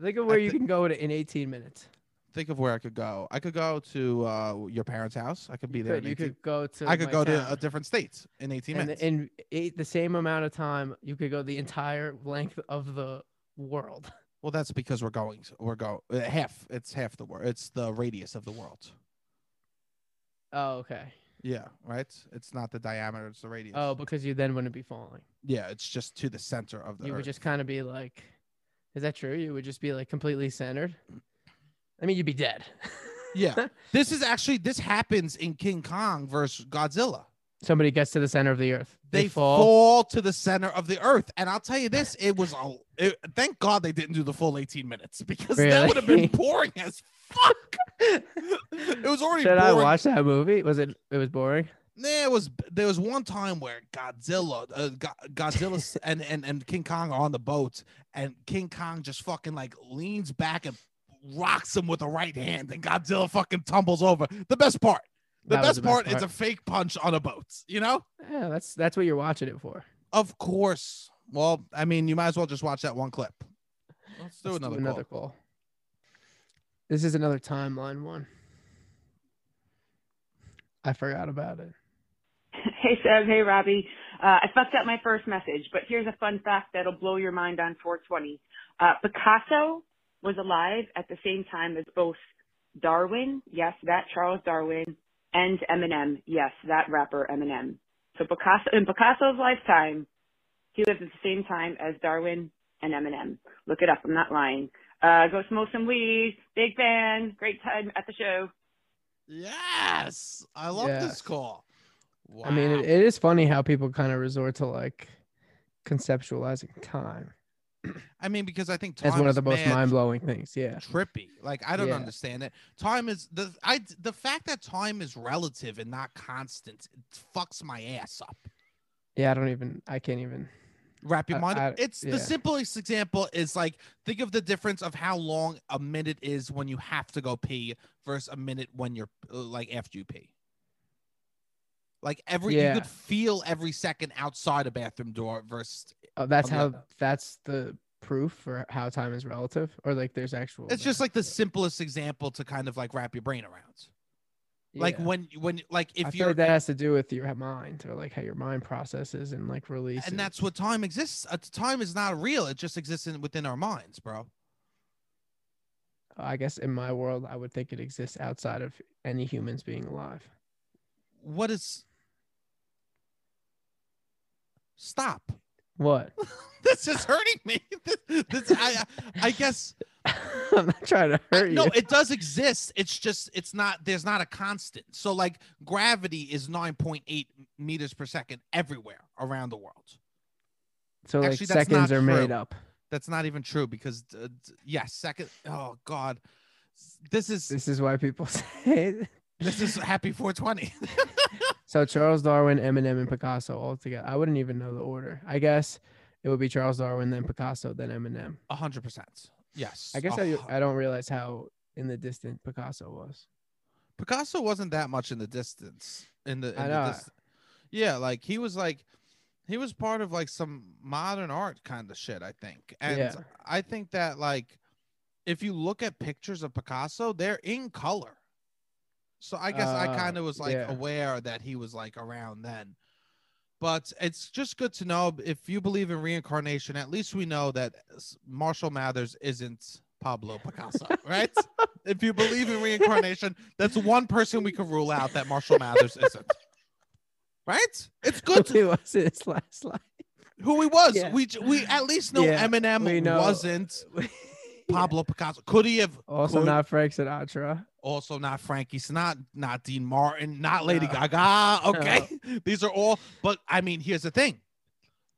S2: Think of where you
S1: thi-
S2: can go to in 18 minutes.
S1: think of where i could go i could go to uh your parents house i could be
S2: You
S1: there
S2: could,
S1: in
S2: you
S1: 18
S2: could go to
S1: i could
S2: my
S1: go to
S2: town,
S1: a different state in 18
S2: and
S1: minutes
S2: in eight, the same amount of time, you could go the entire length of the world.
S1: well that's because we're going we're go uh, half it's half the world it's the radius of the world
S2: Oh, okay.
S1: Yeah, right. It's not the diameter; it's the radius.
S2: Oh, because you then wouldn't be falling.
S1: yeah, it's just to the center of the
S2: you
S1: earth.
S2: would just kind of be like, is that true? You would just be like completely centered. I mean, you'd be dead.
S1: Yeah. This is actually this happens in King Kong versus Godzilla.
S2: Somebody gets to the center of the earth.
S1: They, fall. to the center of the earth, and I'll tell you this: it was a. It, thank God they didn't do the full eighteen minutes because that
S2: Really?
S1: would have been boring as fuck. it was already.
S2: Should
S1: boring.
S2: I watch that movie? Was it? It was boring.
S1: Nah, it was there was one time where Godzilla, uh, Go- Godzilla s- and, and and King Kong are on the boat, and King Kong just fucking like leans back and rocks him with a right hand, and Godzilla fucking tumbles over. The best part, the,
S2: That was
S1: best, part, is a fake punch on a boat. You know,
S2: Yeah, that's that's what you're watching it for.
S1: of course. Well, I mean, you might as well just watch that one clip. Let's do
S2: Let's
S1: another. call.
S2: call. This is another timeline one. I forgot about it.
S10: Hey, Seb. Hey, Robbie. Uh, I fucked up my first message, but here's a fun fact that'll blow your mind on 420. Uh, Picasso was alive at the same time as both Darwin, yes, that Charles Darwin, and Eminem, yes, that rapper Eminem. So Picasso, in Picasso's lifetime, he lived at the same time as Darwin and Eminem. Look it up. I'm not lying. Uh, go smoke some weed. Big fan. Great time at the show.
S1: Yes, I love this
S2: Yes.
S1: call.
S2: I mean, it, it is funny how people kind of resort to like conceptualizing time
S1: I mean, because I think
S2: as
S1: time
S2: one of
S1: is
S2: the most
S1: mad
S2: mind blowing things. Yeah.
S1: trippy. Like I don't
S2: Yeah.
S1: understand it. Time is the I the fact that time is relative and not constant it fucks my ass up.
S2: Yeah. I don't even, I can't even.
S1: Wrap your
S2: I-
S1: mind.
S2: I-
S1: up. it's
S2: yeah.
S1: the simplest example is like think of the difference of how long a minute is when you have to go pee versus a minute when you're uh, like after you pee. Like every
S2: Yeah.
S1: you could feel every second outside a bathroom door versus
S2: Oh, that's
S1: I'm
S2: how,
S1: not-
S2: that's the proof for how time is relative or like there's actual.
S1: it's just like the simplest example to kind of like wrap your brain around. Like
S2: Yeah.
S1: when when like if
S2: I feel
S1: you're
S2: like that has to do with your mind or like how your mind processes and like releases.
S1: and that's what time exists. Uh, time is not real; it just exists in, within our minds, bro.
S2: I guess in my world, I would think it exists outside of any humans being alive.
S1: What is? Stop!
S2: What?
S1: This is hurting me. This, this- I, I I guess
S2: I'm not trying to hurt you.
S1: no, it does exist. It's just it's not. There's not a constant. So like gravity is nine point eight meters per second everywhere around the world.
S2: so like
S1: actually, that's not
S2: seconds are made
S1: true.
S2: up.
S1: That's not even true because uh, d- yes, second. Oh God, this is
S2: This is why people say it.
S1: this is happy four twenty.
S2: So Charles Darwin, Eminem, and Picasso all together. I wouldn't even know the order. I guess it would be Charles Darwin, then Picasso, then Eminem.
S1: A hundred percent. Yes.
S2: I guess
S1: a
S2: I,
S1: hu-
S2: I don't realize how in the distant Picasso was.
S1: Picasso wasn't that much in the distance. In the, in
S2: I
S1: the
S2: know.
S1: dis- yeah, like he was like he was part of like some modern art kind of shit. I think, and
S2: Yeah.
S1: I think that like if you look at pictures of Picasso, they're in color. So I guess I
S2: Uh,
S1: kind of was like
S2: yeah.
S1: aware that he was like around then. But it's just good to know if you believe in reincarnation, at least we know that s- Marshall Mathers isn't Pablo Picasso, right? if you believe in reincarnation, that's one person we can rule out that Marshall Mathers isn't. Right? It's good to
S2: It was in his last life.
S1: who he was.
S2: Yeah.
S1: We j- we at least know
S2: Yeah, we
S1: Eminem
S2: know.
S1: wasn't Pablo Picasso. Could he have
S2: Also
S1: could-
S2: not Frank Sinatra.
S1: also not Frankie Sinatra, not Dean Martin, not Lady
S2: No.
S1: Gaga. Okay. These are all, but I mean, here's the thing.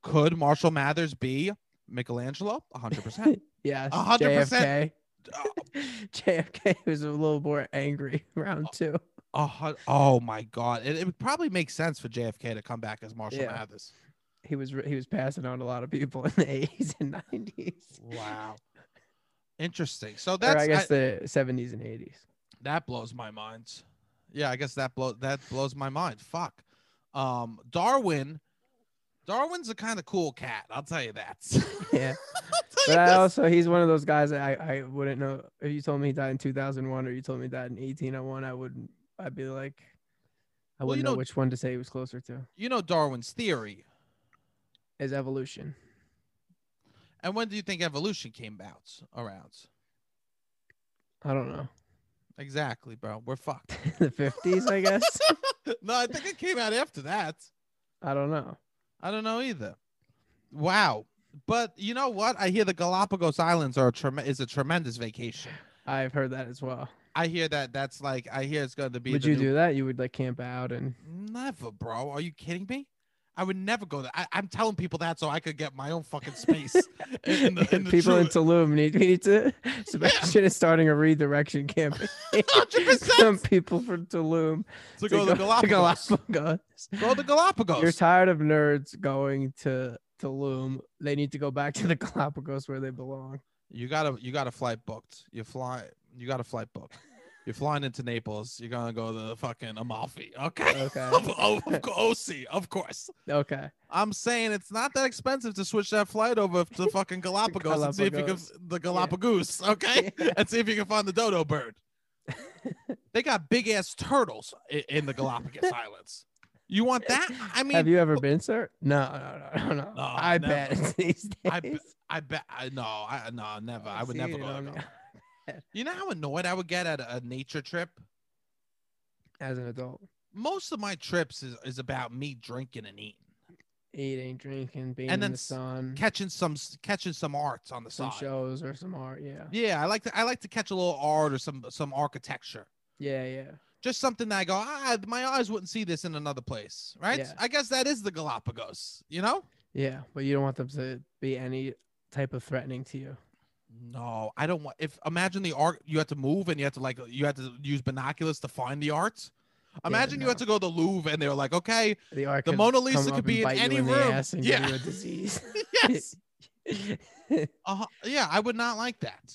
S1: Could Marshall Mathers be Michelangelo? 100%.
S2: Yes.
S1: A hundred
S2: JFK.
S1: percent. Oh.
S2: JFK was a little more angry round two.
S1: A hun- oh my God. It, it would probably make sense for JFK to come back as Marshall
S2: Yeah.
S1: Mathers.
S2: He was re- he was passing on a lot of people in the 80s and 90s.
S1: Wow. Interesting. So
S2: Or
S1: that's,
S2: I guess
S1: I-
S2: the 70s and 80s.
S1: that blows my mind. Yeah, I guess that blow that blows my mind. Fuck. Um, Darwin. Darwin's a kind of cool cat. I'll tell you that.
S2: Yeah.
S1: I'll tell you
S2: But I
S1: this.
S2: also he's one of those guys that I, I wouldn't know if you told me he died in 2001 or you told me he died in 1801 I wouldn't I'd be like I
S1: Well, you
S2: wouldn't know,
S1: know-
S2: which one to say he was closer to.
S1: you know Darwin's theory.
S2: Is evolution.
S1: And when do you think evolution came about around?
S2: I don't know.
S1: Exactly, bro. We're fucked.
S2: the 50s I guess.
S1: no, I think it came out after that.
S2: I don't know.
S1: I don't know either. Wow. But you know what? I hear the Galapagos Islands are a trem- is a tremendous vacation.
S2: I've heard that as well.
S1: I hear that that's like I hear it's going to be
S2: Would
S1: the
S2: you
S1: new
S2: do that? You would like camp out and
S1: Never, bro. Are you kidding me? I would never go there. I, I'm telling people that so I could get my own fucking space. in the- in the
S2: people in
S1: true-
S2: Tulum need, we need to. Sebastian is starting a redirection campaign.
S1: 100%.
S2: Some people from Tulum
S1: to go to Galapagos.
S2: Galapagos.
S1: Go to Galapagos.
S2: You're tired of nerds going to Tulum. They need to go back to the Galapagos where they belong.
S1: you gotta you got a flight booked. You fly you got a flight booked. You're flying into Naples. You're gonna go to the fucking Amalfi. Okay.
S2: Okay.
S1: of, of, of co- OC, of course.
S2: Okay.
S1: I'm saying it's not that expensive to switch that flight over to fucking Galapagos, and see if you can
S2: Galapagos.
S1: the Galapagos, okay?
S2: Yeah.
S1: And see if you can find the dodo bird. they got big ass turtles in, in the Galapagos Islands. You want that? I mean,
S2: Have you ever been, sir? No, no, no, no, no.
S1: No,
S2: I
S1: never.
S2: bet it's these days.
S1: I bet, I bet, I no, I no, never. I would
S2: See,
S1: never
S2: you
S1: go.
S2: know,
S1: to Galapagos. You know how annoyed I would get at a, a nature trip.
S2: As an adult,
S1: Most of my trips is, is about me drinking and eating,
S2: eating, drinking, being
S1: And
S2: in
S1: then
S2: the
S1: s-
S2: sun,
S1: catching some s- catching some arts on the
S2: Mm-hmm. some
S1: side.
S2: shows or some art. Yeah.
S1: Yeah, I like to I like to catch a little art or some some architecture.
S2: Yeah, yeah.
S1: Just something that I go, ah, my eyes wouldn't see this in another place, right?
S2: Yeah.
S1: I guess that is the Galapagos, you know?
S2: Yeah, but you don't want them to be any type of threatening to you.
S1: No, I don't want. If imagine the art, you had to move and you had to like you had to use binoculars to find the art. Imagine you had to go to the Louvre and they were like, okay,
S2: The, art
S1: the
S2: could
S1: Mona
S2: come
S1: Lisa
S2: up
S1: could be in
S2: and bite
S1: any
S2: you in
S1: room.
S2: The ass and
S1: Yeah.
S2: give you a disease.
S1: yes, uh, yeah, I would not like that.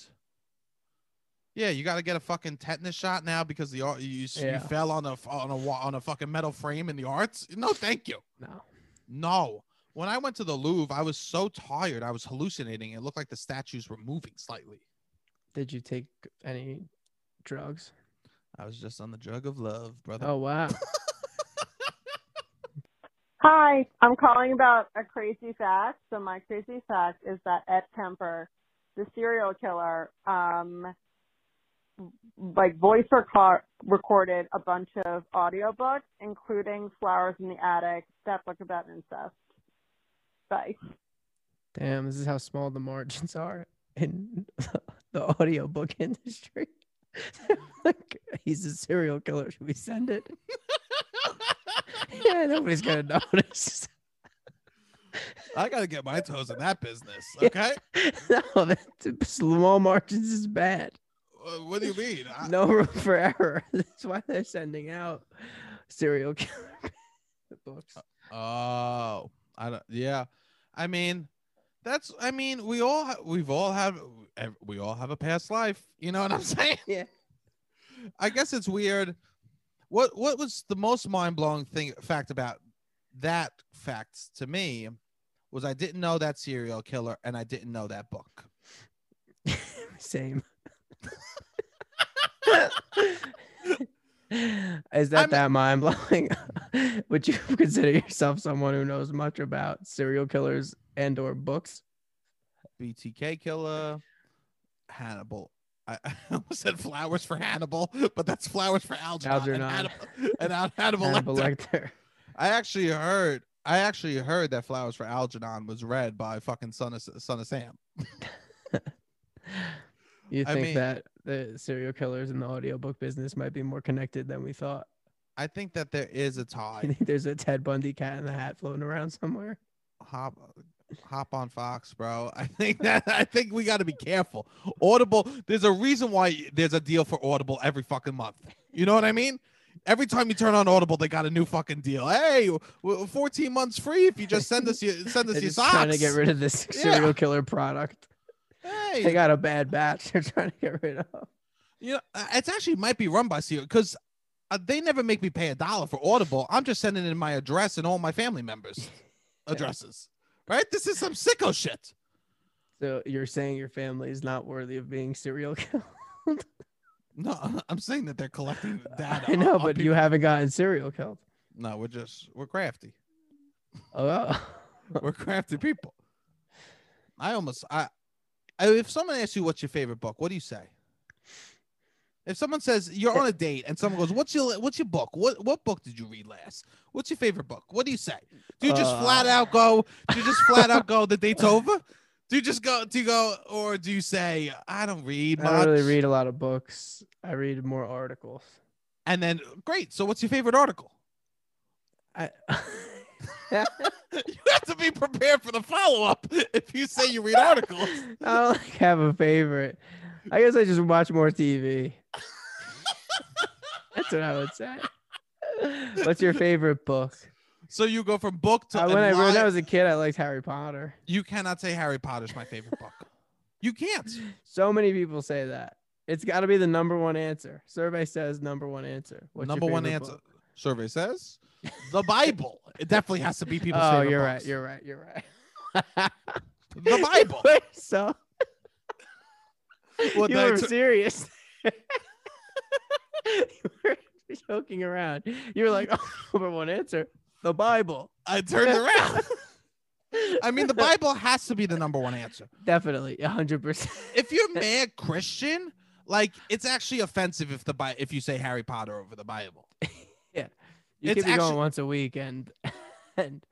S1: Yeah, you got to get a fucking tetanus shot now because the art you, s-
S2: Yeah.
S1: you fell on a f- on a wa- on a fucking metal frame in the arts. No, thank you.
S2: no.
S1: No. When I went to the Louvre, I was so tired. I was hallucinating. It looked like the statues were moving slightly.
S2: Did you take any drugs?
S1: I was just on the drug of love, brother.
S2: Oh wow.
S11: Hi, I'm calling about a crazy fact. So my crazy fact is that Ed Kemper, the serial killer, um, like voice reco- recorded a bunch of audiobooks, including Flowers in the Attic, that book about incest. Bye.
S2: Damn, this is how small the margins are in the audiobook industry. like he's a serial killer. Should we send it? yeah, nobody's gonna notice.
S1: I got to get my toes in that business. Okay.
S2: no, that small margins is bad.
S1: Uh, what do you mean? I-
S2: No room for error. That's why they're sending out serial killer books.
S1: Oh, I don't. Yeah, I mean, that's. I mean, we all ha- we've all have ev- we all have a past life. You know what I'm saying?
S2: Yeah.
S1: I guess it's weird. What What was the most mind blowing thing fact about that fact to me was I didn't know that serial killer and I didn't know that book.
S2: Same. Is that that mind blowing? Would you consider yourself someone who knows much about serial killers and or books?
S1: BTK killer, Hannibal. I, I almost said flowers for Hannibal, but that's flowers for Algernon.
S2: Algernon.
S1: And Hannibal, and Al- Hannibal,
S2: Hannibal
S1: Lecter.
S2: Lecter.
S1: I actually heard. I actually heard that "Flowers for Algernon" was read by fucking Son of Son of Sam.
S2: You
S1: I
S2: think
S1: mean-
S2: that the serial killers in the audiobook business might be more connected than we thought?
S1: I think that there is a
S2: You
S1: tie.
S2: think there's a Ted Bundy cat in the hat floating around somewhere?
S1: Hop, hop on Fox, bro. I think that I think we got to be careful. Audible. There's a reason why there's a deal for Audible every fucking month. You know what I mean? Every time you turn on Audible, they got a new fucking deal. Hey, w- 14 months free if you just send us your send us
S2: They're
S1: your
S2: just
S1: socks.
S2: trying to get rid of this
S1: Yeah.
S2: serial killer product.
S1: hey,
S2: They got a bad batch. They're trying to get rid of.
S1: You know, uh, it's actually might be run by CEO because uh, they never make me pay a dollar for Audible. I'm just sending in my address and all my family members' addresses. Right? This is some sicko shit.
S2: So you're saying your family is not worthy of being serial killed?
S1: No, I- I'm saying that they're collecting the data.
S2: I
S1: on-
S2: know,
S1: on
S2: but you
S1: people.
S2: haven't gotten serial killed.
S1: No, we're just we're crafty.
S2: Oh, wow.
S1: We're crafty people. I almost I, I if someone asks you what's your favorite book, what do you say? If someone says you're on a date and someone goes, "What's your what's your book? What what book did you read last? What's your favorite book? What do you say? Do you just
S2: Uh.
S1: flat out go? Do you just flat out go? The date's over? Do you just go? Do you go or do you say I don't read
S2: I
S1: much?
S2: don't really read a lot of books. I read more articles.
S1: And then great. So what's your favorite article?
S2: I
S1: you have to be prepared for the follow up if you say you read articles.
S2: I don't like have a favorite. I guess I just watch more TV. That's what I would say. What's your favorite book?
S1: So you go from book to
S2: I, when, I, when I
S1: line-
S2: was a kid, I liked Harry Potter.
S1: You cannot say Harry Potter's my favorite book. You can't.
S2: So many people say that. It's got to be the number one answer. Survey says number one answer. What's your
S1: Number one
S2: favorite
S1: answer.
S2: book?
S1: Survey says the Bible. It definitely has to be people's
S2: oh,
S1: favorite
S2: you're
S1: books.
S2: right. You're right. You're right.
S1: The Bible.
S2: Wait, so
S1: Well,
S2: you
S1: they
S2: were
S1: took-
S2: serious. you were joking around. You were like, oh, number one answer, the Bible.
S1: I turned around. I mean, the Bible has to be the number one answer.
S2: Definitely, hundred percent.
S1: If you're mad Christian, like it's actually offensive if the Bi- if you say Harry Potter over the Bible.
S2: You
S1: It's
S2: could be
S1: actually-
S2: going once a week, and and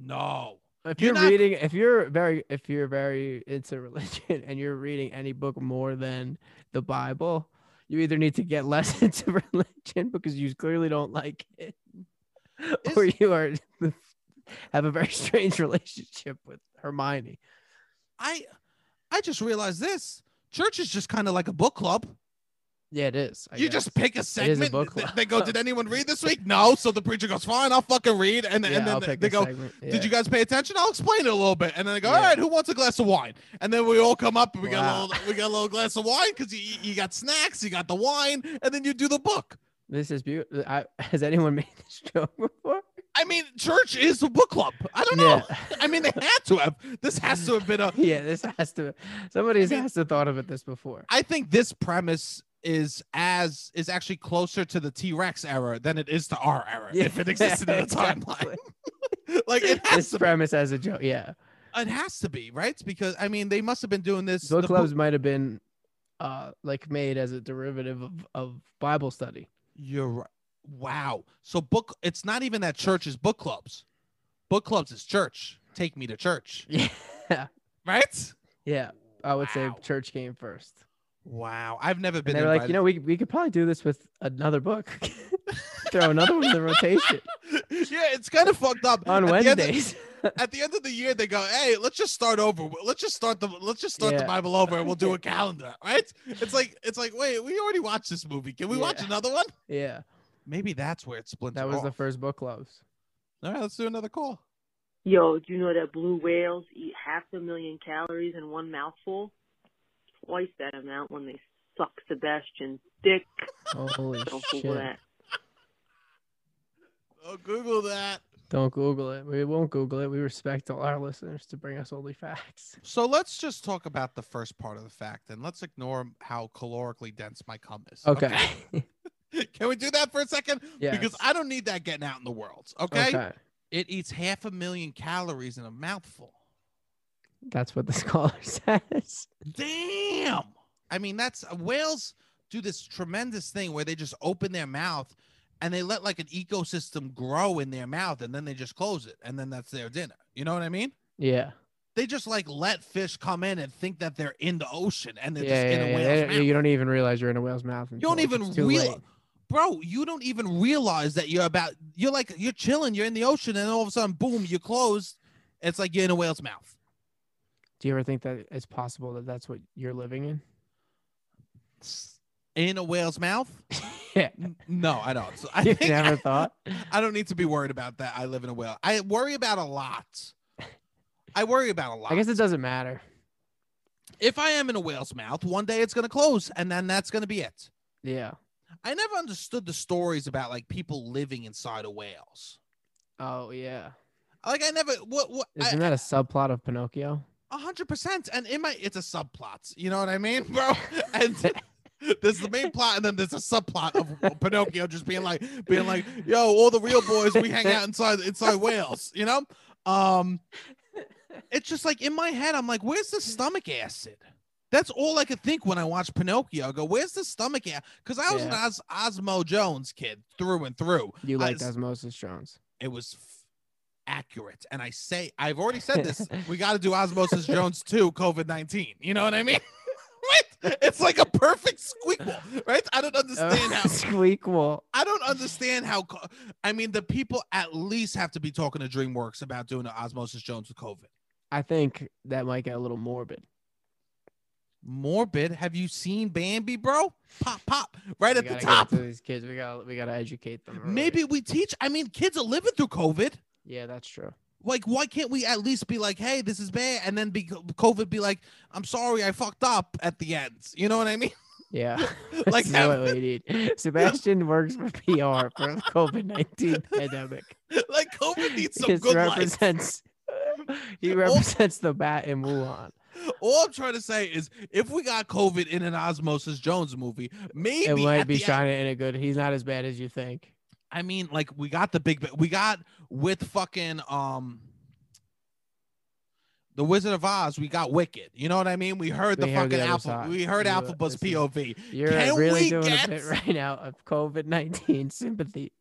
S1: No.
S2: if
S1: You're
S2: you're,
S1: not-
S2: reading, if you're very, if you're very into religion, and you're reading any book more than the Bible, you either need to get less into religion because you clearly don't like it, or you are have a very strange relationship with Hermione.
S1: I I just realized this. Church is just kind of like a book club.
S2: Yeah, it is. I
S1: you
S2: guess.
S1: just pick
S2: It
S1: a
S2: is
S1: segment.
S2: book
S1: th-
S2: club.
S1: They go, did anyone read this week? No. So the preacher goes, fine, I'll fucking read. And,
S2: Yeah,
S1: and then
S2: I'll
S1: they-
S2: pick
S1: they
S2: a
S1: go,
S2: segment.
S1: did you
S2: Yeah.
S1: guys pay attention? I'll explain it a little bit. And then they go, all right, who wants a glass of wine? And then we all come up and we got a
S2: Wow.
S1: little, we got a little glass of wine because you, you got snacks, you got the wine, and then you do the book.
S2: This is beautiful. I, has anyone made this joke before?
S1: I mean, church is a book club. I don't know. I mean, they had to have. This has to have been a.
S2: Yeah, this has to. Somebody has to thought of it this before.
S1: I think this premise is as is actually closer to the T Rex era than it is to our era
S2: Yeah,
S1: if it existed in the timeline. like it has
S2: This
S1: to
S2: premise as a joke. Yeah,
S1: It has to be, right? Because I mean, they must have been doing this.
S2: book
S1: the
S2: clubs might have been, uh, like made as a derivative of, of Bible study.
S1: You're right. Wow. So book. It's not even that church is book clubs. Book clubs is church. Take me to church.
S2: Yeah.
S1: Right.
S2: Yeah, I would say church came first.
S1: Wow. I've never
S2: And
S1: been.
S2: they were like, you
S1: invited-
S2: know, we we could probably do this with another book. Throw another one in the rotation.
S1: yeah, it's kind of fucked up.
S2: On
S1: At the end of-
S2: Wednesdays.
S1: at the end of the year, they go, "Hey, let's just start over. Let's just start the let's just start the
S2: Yeah.
S1: Bible over, and we'll do a calendar." Right? It's like it's like, wait, we already watched this movie. Can we watch
S2: Yeah.
S1: another one?
S2: Yeah,
S1: Maybe that's where it splintered.
S2: that was the
S1: off.
S2: first book clubs.
S1: All right, let's do another call.
S5: Yo, do you know that blue whales eat half a million calories in one mouthful? Twice that amount when they suck Sebastian dick.
S2: Holy
S5: Don't Google
S2: shit!
S5: that.
S1: Oh, Google that.
S2: Don't Google it. We won't Google it. We respect all our listeners to bring us only facts.
S1: So let's just talk about the first part of the fact, and let's ignore how calorically dense my cum is.
S2: Okay.
S1: Can we do that for a second?
S2: Yes.
S1: Because I don't need that getting out in the world. Okay? It eats half a million calories in a mouthful.
S2: That's what the scholar says.
S1: Damn. I mean, that's uh, whales do this tremendous thing where they just open their mouth and they let like an ecosystem grow in their mouth and then they just close it and then that's their dinner. You know what I mean?
S2: Yeah.
S1: They just like let fish come in and think that they're in the ocean and
S2: Yeah.
S1: they're just in
S2: yeah,
S1: a
S2: yeah.
S1: whale's
S2: They-
S1: mouth.
S2: You don't even realize you're in a whale's mouth.
S1: You don't even realize, bro. You don't even realize that you're about. You're like you're chilling. You're in the ocean, and all of a sudden, boom, you're closed. It's like you're in a whale's mouth.
S2: Do you ever think that it's possible that that's what you're living in?
S1: In a whale's mouth?
S2: Yeah.
S1: N- No, I don't. So I
S2: You
S1: think
S2: never thought?
S1: I don't need to be worried about that. I live in a whale. I worry about a lot. I worry about a lot.
S2: I guess it doesn't matter.
S1: if I am in a whale's mouth, one day it's gonna close, and then that's gonna be it.
S2: Yeah.
S1: I never understood the stories about like people living inside of whales.
S2: Oh yeah.
S1: Like I never. What? What? I-
S2: Isn't that a subplot of Pinocchio?
S1: A hundred percent. And in my it's a subplot. You know what I mean, bro? And there's the main plot, and then there's a subplot of Pinocchio just being like, being like, yo, all the real boys, we hang out inside inside Wales, you know? Um it's just like in my head, I'm like, where's the stomach acid? That's all I could think when I watched Pinocchio. I go, where's the stomach acid? Because I was an
S2: Yeah.
S1: Os- Osmo Jones kid through and through.
S2: You
S1: I
S2: liked
S1: s-
S2: Osmosis Jones.
S1: it was f- accurate. And I say, I've already said this. we got to do Osmosis Jones 2 COVID 19. You know what I mean? right? It's like a perfect squeakle, right? I don't understand how.
S2: Squeakquel.
S1: I don't understand how. co- I mean, the people at least have to be talking to DreamWorks about doing an Osmosis Jones with COVID.
S2: I think that might get a little morbid.
S1: Morbid. Have you seen Bambi, bro? Pop, pop, right
S2: We
S1: at the
S2: gotta give it
S1: top.
S2: to these kids. We gotta we gotta educate them. early.
S1: Maybe we teach. I mean, kids are living through COVID.
S2: Yeah, that's true.
S1: like why can't we at least be like hey this is bad and then be covid be like i'm sorry i fucked up at the end you know what i mean
S2: Yeah.
S1: Like
S2: That's
S1: have-
S2: what we need. Sebastian works for PR for the COVID nineteen pandemic.
S1: like covid needs some
S2: This
S1: good life
S2: represents he represents the bat in Wuhan.
S1: all i'm trying to say is if we got covid in an osmosis jones movie maybe
S2: It might
S1: at
S2: be
S1: the end-
S2: shining in a good. He's not as bad as you think.
S1: i mean like we got the big we got with fucking um the Wizard of Oz, we got Wicked. You know what I mean? We heard the
S2: We heard
S1: fucking
S2: the other
S1: Alpha.
S2: side.
S1: We heard
S2: You-
S1: Alpha Buzz
S2: this is-
S1: POV.
S2: You're uh,
S1: Can
S2: really
S1: we
S2: doing
S1: get-
S2: a bit right now of COVID nineteen sympathy.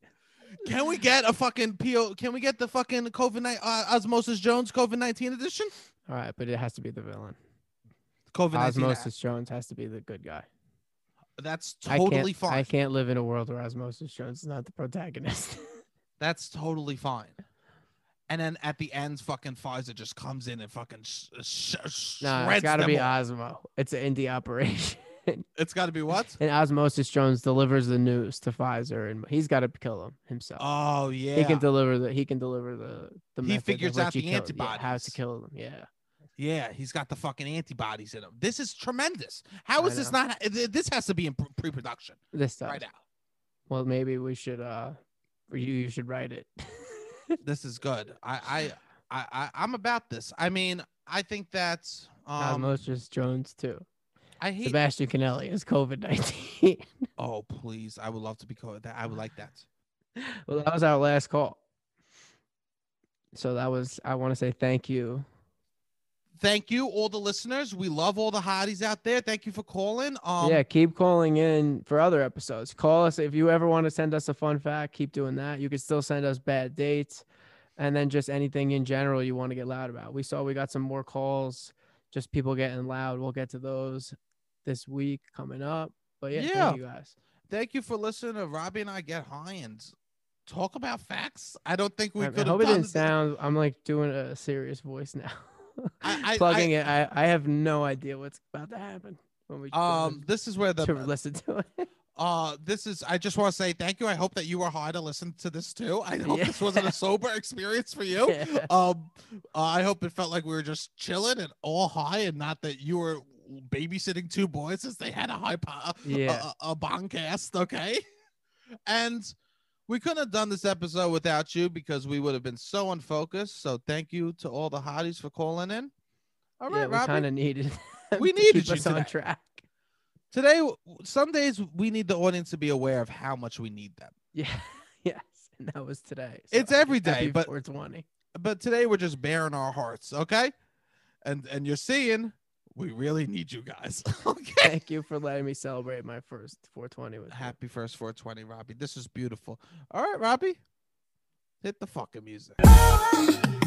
S1: Can we get a fucking PO? Can we get the fucking COVID 19 uh, Osmosis Jones COVID 19 edition?
S2: All right, but it has to be the villain.
S1: COVID 19.
S2: Osmosis Jones has to be the good guy.
S1: That's
S2: I can't-
S1: totally fine.
S2: I can't live in a world where Osmosis Jones is not the protagonist.
S1: That's totally fine. And then at the end, fucking Pfizer just comes in and fucking sh- sh- sh-
S2: no, it's
S1: shreds
S2: got to
S1: them
S2: be
S1: all.
S2: Osmo. It's an indie operation.
S1: It's got to be what?
S2: And Osmosis Jones delivers the news to Pfizer, and he's got to kill him himself.
S1: Oh yeah.
S2: He can deliver the. He can deliver the. the
S1: He
S2: method of
S1: figures
S2: what
S1: out
S2: you
S1: the
S2: kill- yeah, how to
S1: antibodies.
S2: kill them. Yeah.
S1: yeah, he's got the fucking antibodies in him. This is tremendous. How
S2: I
S1: is this
S2: know.
S1: not? th- This has to be in pr- pre-production
S2: This does.
S1: right now.
S2: Well, maybe we should. Uh, you you should write it.
S1: this is good. I I I I- I'm about this. I mean, I think that's um.
S2: Osmosis Jones too.
S1: I hate.
S2: Sebastian Canelli is COVID nineteen.
S1: Oh please, I would love to be called that. I would like that.
S2: well, that was our last call. So that was. I want to say thank you.
S1: Thank you, all the listeners. We love all the hotties out there. Thank you for calling. Um,
S2: yeah, keep calling in for other episodes. Call us if you ever want to send us a fun fact. Keep doing that. You can still send us bad dates, and then just anything in general you want to get loud about. We saw we got some more calls, just people getting loud. We'll get to those this week coming up. But yeah,
S1: Yeah.
S2: thank you guys.
S1: thank you for listening to Robbie and I get high and talk about facts. I don't think we
S2: I, I
S1: could have
S2: hope it
S1: done
S2: didn't
S1: this.
S2: sound. I'm like doing a serious voice now.
S1: I- I-
S2: Plugging it. I, I have no idea what's about to happen when we
S1: Um, this is where
S2: to
S1: the
S2: listen to it.
S1: uh, this is. I just want to say thank you. I hope that you were high to listen to this too. I hope this wasn't
S2: Yeah.
S1: a sober experience for you.
S2: Yeah.
S1: Um, uh, I hope it felt like we were just chilling and all high, and not that you were babysitting two boys since they had a high po-
S2: Yeah.
S1: a, a, a boncast. Okay, and we couldn't have done this episode without you because we would have been so unfocused. So thank you to all the hotties for calling in. All
S2: yeah,
S1: right,
S2: we kind
S1: Robbie.
S2: of needed. them
S1: We
S2: to
S1: needed
S2: keep
S1: you
S2: us on
S1: today.
S2: track.
S1: Today, w- some days we need the audience to be aware of how much we need them.
S2: Yeah. Yes. And that was today.
S1: It's every day,
S2: happy
S1: but-
S2: 420.
S1: But today we're just bearing our hearts, okay? And and you're seeing we really need you guys. okay.
S2: Thank you for letting me celebrate my first 420 with you.
S1: Happy first 420, Robbie. This is beautiful. All right, Robbie. Hit the fucking music.
S12: Thank